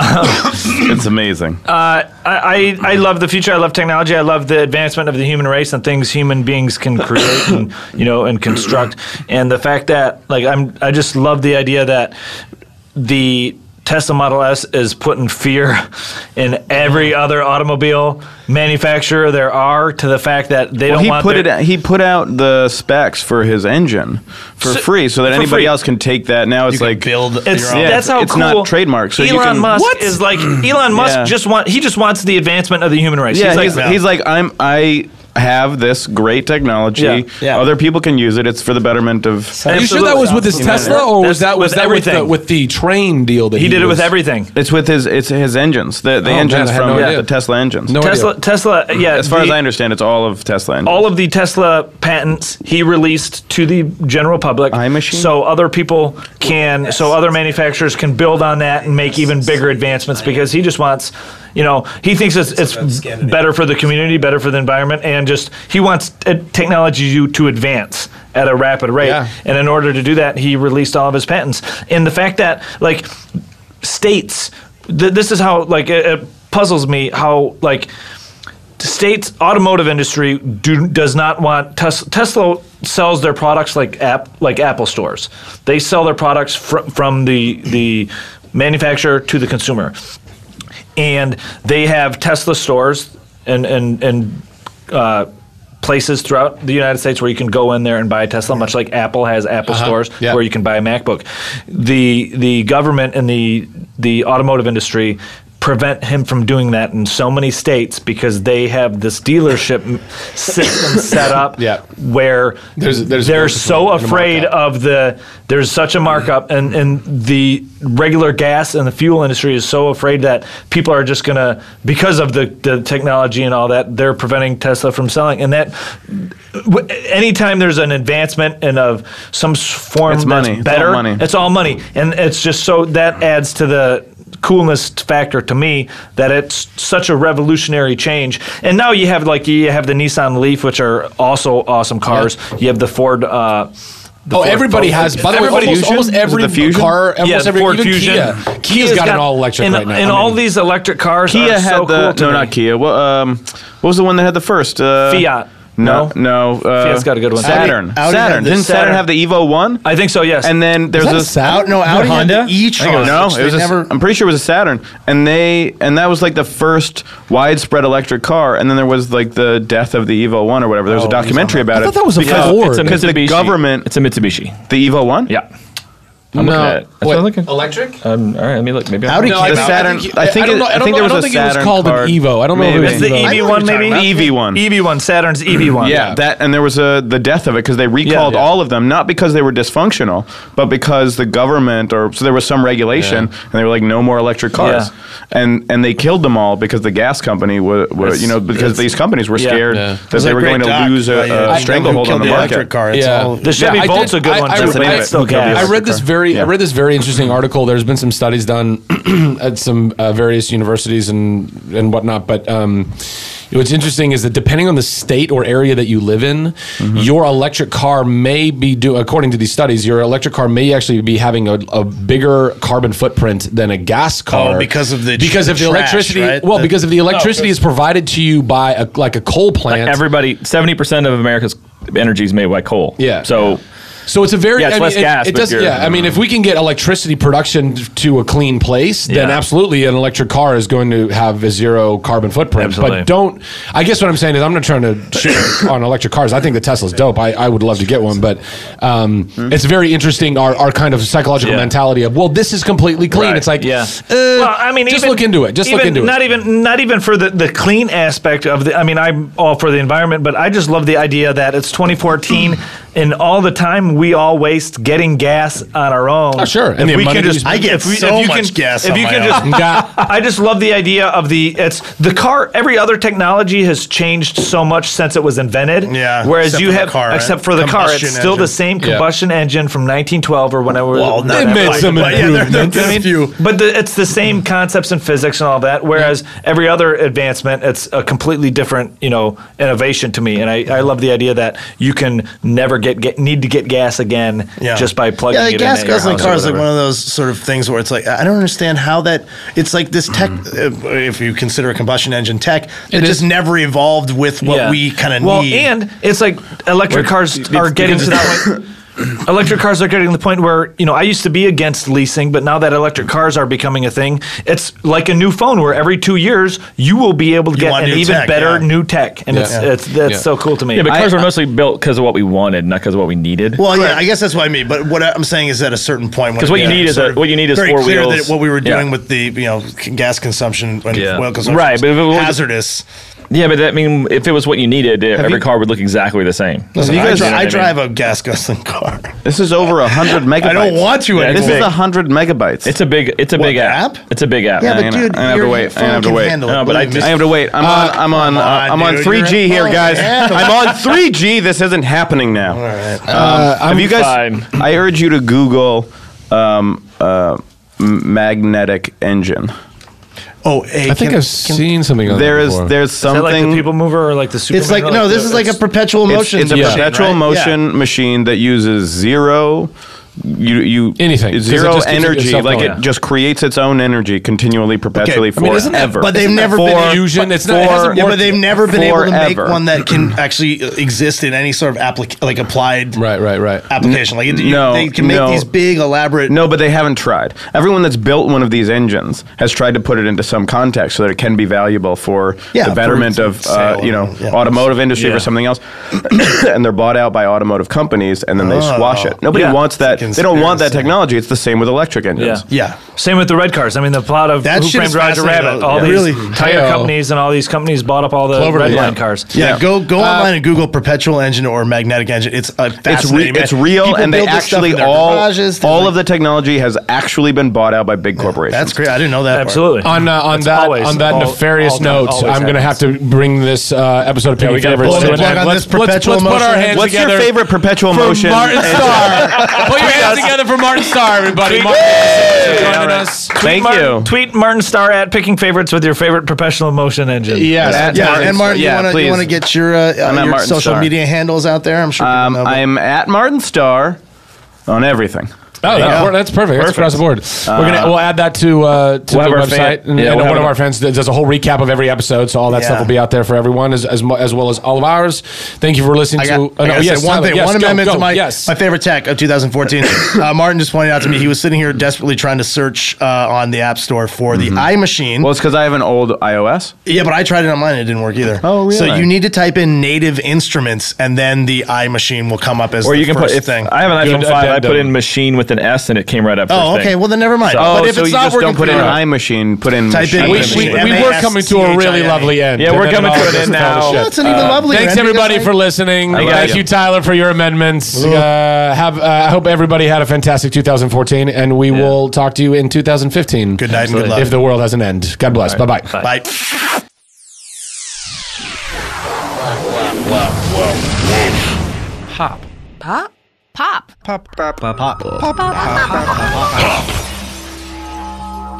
Speaker 6: It's amazing.
Speaker 7: Uh, I, I I love the future. I love technology. I love the advancement of the human race and things human beings can create and you know and construct. And the fact that like I'm I just love the idea that the Tesla Model S is putting fear in every
Speaker 5: Mm-hmm.
Speaker 7: other automobile manufacturer there are to the fact that they
Speaker 6: well,
Speaker 7: don't
Speaker 6: he
Speaker 7: want
Speaker 6: put
Speaker 7: their,
Speaker 6: it. He put out the specs for his engine for
Speaker 7: So-
Speaker 6: free, so that
Speaker 7: for
Speaker 6: anybody
Speaker 7: free.
Speaker 6: else can take that. Now it's
Speaker 5: You can
Speaker 6: like
Speaker 5: build
Speaker 7: It's,
Speaker 5: your own.
Speaker 6: Yeah,
Speaker 7: that's how
Speaker 6: it's
Speaker 7: cool
Speaker 6: not trademarked, so you
Speaker 7: Elon
Speaker 6: can-
Speaker 7: Musk
Speaker 6: What?
Speaker 7: is like Elon Musk
Speaker 6: Yeah.
Speaker 7: just want he just wants the advancement of the human race.
Speaker 6: Yeah,
Speaker 7: he's like
Speaker 6: he's, he's like I'm. I have this great technology.
Speaker 7: Yeah.
Speaker 5: Yeah.
Speaker 6: Other people can use it. It's for the betterment of.
Speaker 4: Are you sure that was with his
Speaker 7: Absolutely.
Speaker 4: Tesla, or was
Speaker 7: That's
Speaker 4: that was
Speaker 7: with
Speaker 4: that with the,
Speaker 7: everything.
Speaker 4: with the train deal that he,
Speaker 7: he did it
Speaker 4: was-
Speaker 7: with everything.
Speaker 6: It's with his. It's his engines. The the
Speaker 4: Oh, man,
Speaker 6: engines
Speaker 4: I had
Speaker 6: from
Speaker 4: no
Speaker 6: yeah,
Speaker 4: idea.
Speaker 6: the Tesla enggens.
Speaker 4: No
Speaker 7: Tesla,
Speaker 4: idea.
Speaker 7: Tesla, yeah.
Speaker 6: As far as
Speaker 7: the-
Speaker 6: I understand, it's all of Tesla engines.
Speaker 7: all of the Tesla patents he released to the general public.
Speaker 6: iMachine?
Speaker 7: So other people can, so other manufacturers can build on that and make even bigger advancements because he just wants, you know, he thinks it's, it's better for the community, better for the environment, and just he wants uh, technology to, to advance at a rapid rate.
Speaker 4: Yeah.
Speaker 7: And in order to do that, he released all of his patents. And the fact that, like, states, th- this is how, like, it, it puzzles me how, like, states automotive industry do, does not want Tes- Tesla sells their products like app like Apple stores. They sell their products fr- from the the manufacturer to the consumer, and they have Tesla stores and and and. Uh, places throughout the United States where you can go in there and buy a Tesla, much like Apple has Apple stores
Speaker 4: Uh-huh. Yeah.
Speaker 7: where you can buy a MacBook. The the government and the the automotive industry prevent him from doing that in so many states because they have this dealership m- system set up
Speaker 4: Yeah.
Speaker 7: where
Speaker 4: There's- there's-
Speaker 7: they're
Speaker 4: there's a-
Speaker 7: so
Speaker 4: and a
Speaker 7: afraid
Speaker 4: markup.
Speaker 7: of the there's such a markup and and the regular gas and the fuel industry is so afraid that people are just gonna because of the, the technology and all that they're preventing Tesla from selling and that w- anytime there's an advancement and of some s- form
Speaker 6: It's
Speaker 7: that's
Speaker 6: money. It's all
Speaker 7: better
Speaker 6: money.
Speaker 7: it's all money and it's just so that adds to the coolness factor to me that it's such a revolutionary change and now you have like you have the Nissan Leaf which are also awesome cars you have the Ford uh the
Speaker 4: Oh,
Speaker 7: Ford
Speaker 4: everybody has.
Speaker 7: Focus.
Speaker 4: By the way,
Speaker 7: Everybody-
Speaker 4: almost,
Speaker 6: Fusion?
Speaker 4: almost
Speaker 6: Is it
Speaker 4: every
Speaker 6: the Fusion?
Speaker 4: car, almost
Speaker 7: yeah,
Speaker 4: every
Speaker 7: Ford
Speaker 4: even
Speaker 7: Fusion.
Speaker 4: Kia. Kia's got, an all electric
Speaker 7: and,
Speaker 4: right now.
Speaker 7: And
Speaker 4: I
Speaker 7: all
Speaker 4: mean,
Speaker 7: these electric cars
Speaker 6: Kia
Speaker 7: are
Speaker 6: had
Speaker 7: so
Speaker 6: the
Speaker 7: cool to
Speaker 6: no,
Speaker 7: me.
Speaker 6: not Kia. Well, um, what was the one that had the first? Uh,
Speaker 7: Fiat.
Speaker 6: No, no. uh,
Speaker 7: Fiat's got a good one.
Speaker 6: Saturn.
Speaker 5: Audi- Audi had
Speaker 6: Saturn.
Speaker 5: the-
Speaker 6: Didn't Saturn
Speaker 7: Saturn.
Speaker 6: have the Evo one?
Speaker 7: I think so. Yes.
Speaker 6: And then there's
Speaker 4: is that
Speaker 6: this.
Speaker 4: a Saturn? Oh,
Speaker 5: Out, no, Audi Honda?
Speaker 4: E-
Speaker 6: I think it was- no, it was a,
Speaker 5: never.
Speaker 6: I'm pretty sure it was a Saturn, and they and that was like the first widespread electric car, and then there was like the death of the Evo One or whatever. There
Speaker 7: Oh,
Speaker 6: was a documentary about
Speaker 4: I
Speaker 6: it.
Speaker 4: thought that was a
Speaker 6: because-
Speaker 4: Ford.
Speaker 6: It's a because the
Speaker 1: Mitsubishi.
Speaker 6: government,
Speaker 1: It's a Mitsubishi.
Speaker 6: the Evo One.
Speaker 1: Yeah. I'm
Speaker 4: No.
Speaker 1: looking at it. That's Uh, what I'm looking.
Speaker 4: Electric?
Speaker 1: Um, all right, let me look. Maybe
Speaker 5: Audi
Speaker 1: I
Speaker 5: came
Speaker 6: the
Speaker 5: out.
Speaker 6: Saturn.
Speaker 4: think-
Speaker 6: I think
Speaker 4: E- I don't
Speaker 6: it-
Speaker 4: know- I
Speaker 6: I
Speaker 4: don't
Speaker 6: think
Speaker 4: know-
Speaker 6: there
Speaker 4: I
Speaker 6: was
Speaker 4: don't
Speaker 6: a
Speaker 4: think it was
Speaker 6: Saturn
Speaker 4: called an
Speaker 6: card.
Speaker 4: Evo. I don't know if it
Speaker 6: Maybe.
Speaker 4: was
Speaker 7: that's the
Speaker 4: I know
Speaker 7: EV
Speaker 5: what
Speaker 7: one,
Speaker 5: you're
Speaker 7: maybe.
Speaker 5: talking
Speaker 6: The EV E one.
Speaker 7: EV one. Saturn's EV one.
Speaker 6: Yeah, that and there was a the death of it because they recalled
Speaker 7: Yeah.
Speaker 6: all of them not because they were dysfunctional, but because the government or so there was some regulation and they were like no more electric cars, and and they killed them all because the gas company was, you know because these companies were
Speaker 7: yeah.
Speaker 6: scared
Speaker 4: Yeah.
Speaker 6: that they were going to lose a, a stranglehold on the market.
Speaker 5: Electric car. It's
Speaker 4: Yeah.
Speaker 5: all,
Speaker 7: The Chevy
Speaker 4: I
Speaker 7: Volt's
Speaker 4: did-
Speaker 7: a good
Speaker 4: I-
Speaker 7: one.
Speaker 4: I
Speaker 7: too,
Speaker 4: read-
Speaker 7: but
Speaker 6: I-
Speaker 7: it's still
Speaker 6: I
Speaker 7: gas.
Speaker 4: I read this
Speaker 6: car.
Speaker 4: very, I
Speaker 6: Yeah.
Speaker 4: read this very interesting article. There's been some studies done at some uh, various universities and and whatnot. But um, what's interesting is that depending on the state or area that you live in,
Speaker 5: Mm-hmm.
Speaker 4: your electric car may be do. According to these studies, your electric car may actually be having a, a bigger carbon footprint than a gas car
Speaker 5: Oh, because of the
Speaker 4: because
Speaker 5: tr-
Speaker 4: of the
Speaker 5: trash,
Speaker 4: electricity.
Speaker 5: right?
Speaker 4: Well,
Speaker 5: The- Oh,
Speaker 4: because of the electricity is provided to you by a, like a coal plant.
Speaker 1: everybody. Seventy percent of America's energy is made by coal.
Speaker 4: Yeah.
Speaker 1: So
Speaker 4: So it's a very
Speaker 1: Yeah, it's
Speaker 4: I mean,
Speaker 1: less
Speaker 4: it,
Speaker 1: gas,
Speaker 4: It
Speaker 1: but
Speaker 4: does,
Speaker 1: you're-
Speaker 4: yeah, I mean, if we can get electricity production to a clean place, then
Speaker 1: Yeah.
Speaker 4: absolutely an electric car is going to have a zero carbon footprint.
Speaker 7: Absolutely.
Speaker 4: But don't. I guess what I'm saying is I'm not trying to shit on electric cars. I think the Tesla's dope. I, I would love to get one, but um, it's very interesting our, our kind of psychological
Speaker 7: Yeah.
Speaker 4: mentality of well, this is completely clean.
Speaker 1: Right,
Speaker 4: It's like
Speaker 1: yeah.
Speaker 4: uh, well, I mean, just
Speaker 7: even-
Speaker 4: look into it. Just look
Speaker 7: even-
Speaker 4: into
Speaker 7: not
Speaker 4: it.
Speaker 7: even not even for the, the clean aspect of the. I mean, I'm all for the environment, but I just love the idea that it's 2014. and all the time we all waste getting gas on our own.
Speaker 4: Oh, sure. And
Speaker 7: If
Speaker 4: the
Speaker 7: we
Speaker 4: money
Speaker 7: can
Speaker 4: we
Speaker 7: just,
Speaker 4: spend-
Speaker 5: I get
Speaker 7: if we,
Speaker 5: so
Speaker 7: if you
Speaker 5: much
Speaker 7: can,
Speaker 5: gas
Speaker 7: If
Speaker 5: on
Speaker 7: you
Speaker 5: my
Speaker 7: can
Speaker 5: own.
Speaker 7: just
Speaker 4: God.
Speaker 7: I just love the idea of the it's the car. Every other technology has changed so much since it was invented.
Speaker 5: Yeah,
Speaker 7: Whereas
Speaker 5: except
Speaker 7: you
Speaker 5: for the
Speaker 7: have,
Speaker 5: car,
Speaker 7: except for the car, it's
Speaker 5: combustion
Speaker 7: still the
Speaker 5: engine.
Speaker 7: same
Speaker 4: Yeah.
Speaker 7: combustion engine from 1912 or whenever.
Speaker 5: Well, not
Speaker 4: They
Speaker 5: that
Speaker 4: made
Speaker 5: much,
Speaker 4: some
Speaker 5: but yeah, there- there-
Speaker 4: improvements.
Speaker 5: there's
Speaker 4: I
Speaker 5: a
Speaker 4: mean,
Speaker 5: few.
Speaker 7: But the, it's the same concepts in physics and all that. Whereas every other advancement, it's a completely different, you know, innovation to me. And I, I love the idea that you can never get, get need to get gas again just by plugging
Speaker 5: yeah,
Speaker 7: it in.
Speaker 5: gas
Speaker 7: at your
Speaker 5: guzzling
Speaker 7: house or
Speaker 5: cars like
Speaker 7: whatever.
Speaker 5: one of those sort of things where it's like I don't understand how that it's like this tech.
Speaker 1: Mm-hmm.
Speaker 5: uh, If you consider a combustion engine tech, it
Speaker 4: is.
Speaker 5: just never evolved with what
Speaker 7: Yeah.
Speaker 5: we kind of
Speaker 7: well,
Speaker 5: need.
Speaker 7: and it's like electric cars are getting to that point. Electric cars are getting to the point where you know I used to be against leasing, but now that electric cars are becoming a thing, it's like a new phone where every two years you will be able to get
Speaker 5: want
Speaker 7: an
Speaker 5: new
Speaker 7: even
Speaker 5: tech,
Speaker 7: better
Speaker 5: yeah.
Speaker 7: new tech, and it's,
Speaker 4: Yeah.
Speaker 7: it's that's
Speaker 4: Yeah.
Speaker 7: so cool to me.
Speaker 1: Yeah, but
Speaker 6: I-
Speaker 1: cars were mostly built because of what we wanted, not because of what we needed.
Speaker 5: Well, yeah, I guess that's what I mean. But what I'm saying is, at a certain point, when
Speaker 1: 'Cause
Speaker 5: it
Speaker 1: what you
Speaker 5: became
Speaker 1: need is
Speaker 5: sort
Speaker 1: a-
Speaker 5: of
Speaker 1: what you need is
Speaker 5: very
Speaker 1: four
Speaker 5: clear
Speaker 1: wheels.
Speaker 5: That what we were
Speaker 1: Yeah.
Speaker 5: doing with the you know c- gas consumption and
Speaker 1: Yeah.
Speaker 5: oil consumption,
Speaker 1: Right,
Speaker 5: was
Speaker 1: but if it was-
Speaker 5: hazardous.
Speaker 1: yeah, but I mean, if it was what you needed, every
Speaker 6: you-
Speaker 1: car would look exactly the same.
Speaker 5: Listen,
Speaker 6: you
Speaker 5: I,
Speaker 6: guys-
Speaker 5: dri-
Speaker 6: you know
Speaker 5: I
Speaker 1: what I
Speaker 5: drive a gas guzzling car.
Speaker 6: This is over hundred megabytes.
Speaker 5: I don't want to
Speaker 1: Yeah,
Speaker 5: anymore.
Speaker 1: it's
Speaker 6: This
Speaker 1: big.
Speaker 6: is hundred megabytes.
Speaker 1: It's a big, it's a
Speaker 5: What,
Speaker 1: big app.
Speaker 5: app?
Speaker 1: It's a big app.
Speaker 5: Yeah,
Speaker 6: I
Speaker 5: but
Speaker 6: know.
Speaker 5: dude,
Speaker 6: I have to
Speaker 5: your
Speaker 6: wait. I
Speaker 5: phone
Speaker 6: have to
Speaker 5: can
Speaker 6: wait.
Speaker 5: handle it.
Speaker 1: No, but
Speaker 5: believe
Speaker 1: I
Speaker 5: me.
Speaker 1: just-
Speaker 6: I have to wait. I'm on. I'm on.
Speaker 5: come
Speaker 6: uh,
Speaker 5: on,
Speaker 6: I'm on
Speaker 5: dude.
Speaker 6: 3G
Speaker 5: You're-
Speaker 6: here,
Speaker 5: oh,
Speaker 6: guys.
Speaker 5: man.
Speaker 6: I'm on 3G. This isn't happening now.
Speaker 5: All right.
Speaker 6: Uh, have you guys?
Speaker 1: fine.
Speaker 6: I urge you to Google um, uh, m- magnetic engine.
Speaker 5: oh, hey,
Speaker 4: I think
Speaker 5: can-
Speaker 4: I've seen something on
Speaker 6: There is
Speaker 4: before.
Speaker 6: there's
Speaker 7: Is that
Speaker 6: something.
Speaker 7: like the people mover or like the Superman?
Speaker 5: it's like no, this is like a perpetual
Speaker 6: it's,
Speaker 5: motion.
Speaker 6: it's a
Speaker 5: machine,
Speaker 6: perpetual
Speaker 5: right?
Speaker 6: motion
Speaker 5: Yeah.
Speaker 6: machine that uses zero. You, you
Speaker 4: Anything, 'cause it
Speaker 6: zero
Speaker 4: just keeps
Speaker 6: energy
Speaker 4: itself
Speaker 6: like
Speaker 4: going.
Speaker 6: it just creates its own energy continually perpetually
Speaker 4: I mean, isn't that-
Speaker 6: forever
Speaker 5: But they've never been
Speaker 6: For-
Speaker 4: illusion? It's not- it hasn't
Speaker 5: Yeah, but they've never been able to make
Speaker 6: forever.
Speaker 5: one that can actually uh, exist in any sort of applic- like applied
Speaker 4: right, right, right.
Speaker 5: application. Like it- you-
Speaker 6: no,
Speaker 5: they can make
Speaker 6: no.
Speaker 5: these big elaborate.
Speaker 6: No, but they haven't tried. Everyone that's built one of these engines has tried to put it into some context so that it can be valuable for
Speaker 5: Yeah,
Speaker 6: the betterment
Speaker 5: for
Speaker 6: of uh,
Speaker 5: sale
Speaker 6: you know
Speaker 5: and- yeah.
Speaker 6: automotive industry
Speaker 7: Yeah.
Speaker 6: or something else. and they're bought out by automotive companies and then they swash it. Nobody
Speaker 7: Yeah.
Speaker 6: wants that.
Speaker 5: It's a
Speaker 6: They don't want
Speaker 5: Oh.
Speaker 6: that
Speaker 5: conspiracy.
Speaker 6: technology. It's the same with electric engines.
Speaker 7: Yeah.
Speaker 5: Yeah.
Speaker 7: Same with the red cars. I mean, the plot of
Speaker 5: That
Speaker 7: Who
Speaker 5: shit
Speaker 7: Framed
Speaker 5: is
Speaker 7: Roger
Speaker 5: fascinating,
Speaker 7: Rabbit.
Speaker 5: though.
Speaker 7: All
Speaker 5: Yeah.
Speaker 7: these
Speaker 5: Really.
Speaker 7: tire
Speaker 4: Yeah.
Speaker 7: companies and all these companies bought up all the
Speaker 4: Clover,
Speaker 7: red
Speaker 4: yeah.
Speaker 7: line cars.
Speaker 5: Yeah,
Speaker 6: Yeah. Uh,
Speaker 5: go go online and Google perpetual engine or magnetic engine. It's a
Speaker 6: It's, re-
Speaker 5: fascinating. man.
Speaker 6: it's real,
Speaker 5: People
Speaker 6: and they
Speaker 5: build this stuff
Speaker 6: actually
Speaker 5: in their
Speaker 6: all
Speaker 5: garages, things
Speaker 6: all
Speaker 5: like-
Speaker 6: of the technology has actually been bought out by big corporations.
Speaker 5: That's great. I didn't know that. part.
Speaker 7: Absolutely.
Speaker 4: on uh, on
Speaker 7: It's
Speaker 4: that
Speaker 7: always-
Speaker 4: on that
Speaker 7: all-
Speaker 4: nefarious
Speaker 7: all-
Speaker 4: note,
Speaker 7: always
Speaker 4: I'm going to
Speaker 7: happens.
Speaker 4: have to bring this uh, episode of Picking
Speaker 1: we gotta
Speaker 4: Favorites
Speaker 1: pull
Speaker 4: to
Speaker 1: the
Speaker 4: an
Speaker 5: plug
Speaker 4: end.
Speaker 5: on
Speaker 4: Let's,
Speaker 5: this
Speaker 4: let's,
Speaker 5: perpetual
Speaker 4: let's put our
Speaker 5: motion.
Speaker 4: hands
Speaker 6: What's
Speaker 4: together
Speaker 6: your favorite perpetual
Speaker 4: for
Speaker 6: motion?
Speaker 4: Martin
Speaker 6: engine?
Speaker 4: Starr. put your hands together for Martin Starr, everybody. Martin, thanks so much for
Speaker 7: Yeah,
Speaker 4: joining
Speaker 7: right.
Speaker 4: us.
Speaker 6: Thank
Speaker 7: Martin,
Speaker 6: you.
Speaker 7: Tweet Martin Starr at picking favorites with your favorite professional motion engine.
Speaker 4: Yes.
Speaker 6: At
Speaker 5: Yeah,
Speaker 6: Martin
Speaker 5: and Martin,
Speaker 6: Starr. Yeah,
Speaker 5: you want to you
Speaker 6: please.
Speaker 5: want to get your uh, uh,
Speaker 6: I'm at
Speaker 5: your
Speaker 6: Martin
Speaker 5: social
Speaker 6: Starr.
Speaker 5: media handles out there? I'm sure. people
Speaker 6: Um,
Speaker 5: know, but-
Speaker 6: I'm at Martin Starr on everything.
Speaker 4: Oh, that's, per- that's perfect. That's across the board. We're gonna we'll add that to uh, to the
Speaker 1: We'll have our
Speaker 4: website,
Speaker 1: fan-
Speaker 4: and,
Speaker 1: yeah,
Speaker 4: and
Speaker 1: we'll
Speaker 4: one
Speaker 1: have
Speaker 4: of
Speaker 1: it-
Speaker 4: our fans does a whole recap of every episode, so all that
Speaker 5: Yeah.
Speaker 4: stuff will be out there for everyone, as as, mu- as well as all of ours. Thank you for listening
Speaker 5: I got,
Speaker 4: to.
Speaker 5: I
Speaker 4: oh, no,
Speaker 5: gotta
Speaker 4: yes,
Speaker 5: say one
Speaker 4: Tyler,
Speaker 5: thing,
Speaker 4: yes,
Speaker 5: one
Speaker 4: go,
Speaker 5: amendment
Speaker 4: go,
Speaker 5: to my
Speaker 4: yes.
Speaker 5: my favorite tech of 2014. uh, Martin just pointed out to me he was sitting here desperately trying to search uh, on the App Store for the iMachine.
Speaker 6: Well, it's because I have an old iOS.
Speaker 5: yeah, but I tried it online; and it didn't work either.
Speaker 6: Oh,
Speaker 5: So
Speaker 6: really?
Speaker 5: you need to type in native instruments, and then the iMachine will come up as
Speaker 1: Or
Speaker 5: the
Speaker 1: you can put
Speaker 5: first
Speaker 1: if
Speaker 5: thing.
Speaker 1: I have an iPhone
Speaker 4: Good
Speaker 1: five. I
Speaker 4: addendum.
Speaker 1: put in machine with an S, and it came right up.
Speaker 5: oh,
Speaker 1: first
Speaker 5: okay.
Speaker 1: thing.
Speaker 5: Well, then never mind.
Speaker 6: Oh,
Speaker 5: but if
Speaker 6: so
Speaker 5: it's
Speaker 6: you
Speaker 5: not
Speaker 6: just
Speaker 5: working
Speaker 6: don't put in
Speaker 5: for you-
Speaker 6: iMachine, put in
Speaker 5: Type in
Speaker 6: machine.
Speaker 4: We,
Speaker 5: iMachine.
Speaker 4: we, we were coming to a really lovely end.
Speaker 1: Yeah,
Speaker 4: And
Speaker 1: we're
Speaker 4: then
Speaker 1: coming
Speaker 4: all
Speaker 1: to
Speaker 4: of
Speaker 1: an
Speaker 4: this
Speaker 1: end
Speaker 4: fell to
Speaker 1: now.
Speaker 4: shit.
Speaker 5: That's an even lovelier
Speaker 4: Thanks
Speaker 5: end. You guys
Speaker 4: everybody
Speaker 5: like-
Speaker 4: for listening.
Speaker 6: love
Speaker 4: Thank
Speaker 6: you.
Speaker 4: you, Tyler, for your amendments. Uh, have uh, I hope everybody had a fantastic 2014, and we will talk to you in 2015.
Speaker 5: Good night and good luck.
Speaker 4: If the world has an end, God bless. Bye bye.
Speaker 5: Bye.
Speaker 8: Pop? Pop.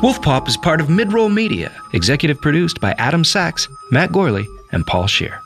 Speaker 9: Wolf Pop is part of Midroll Media, executive produced by Adam Sachs, Matt Gorley, and Paul Shear.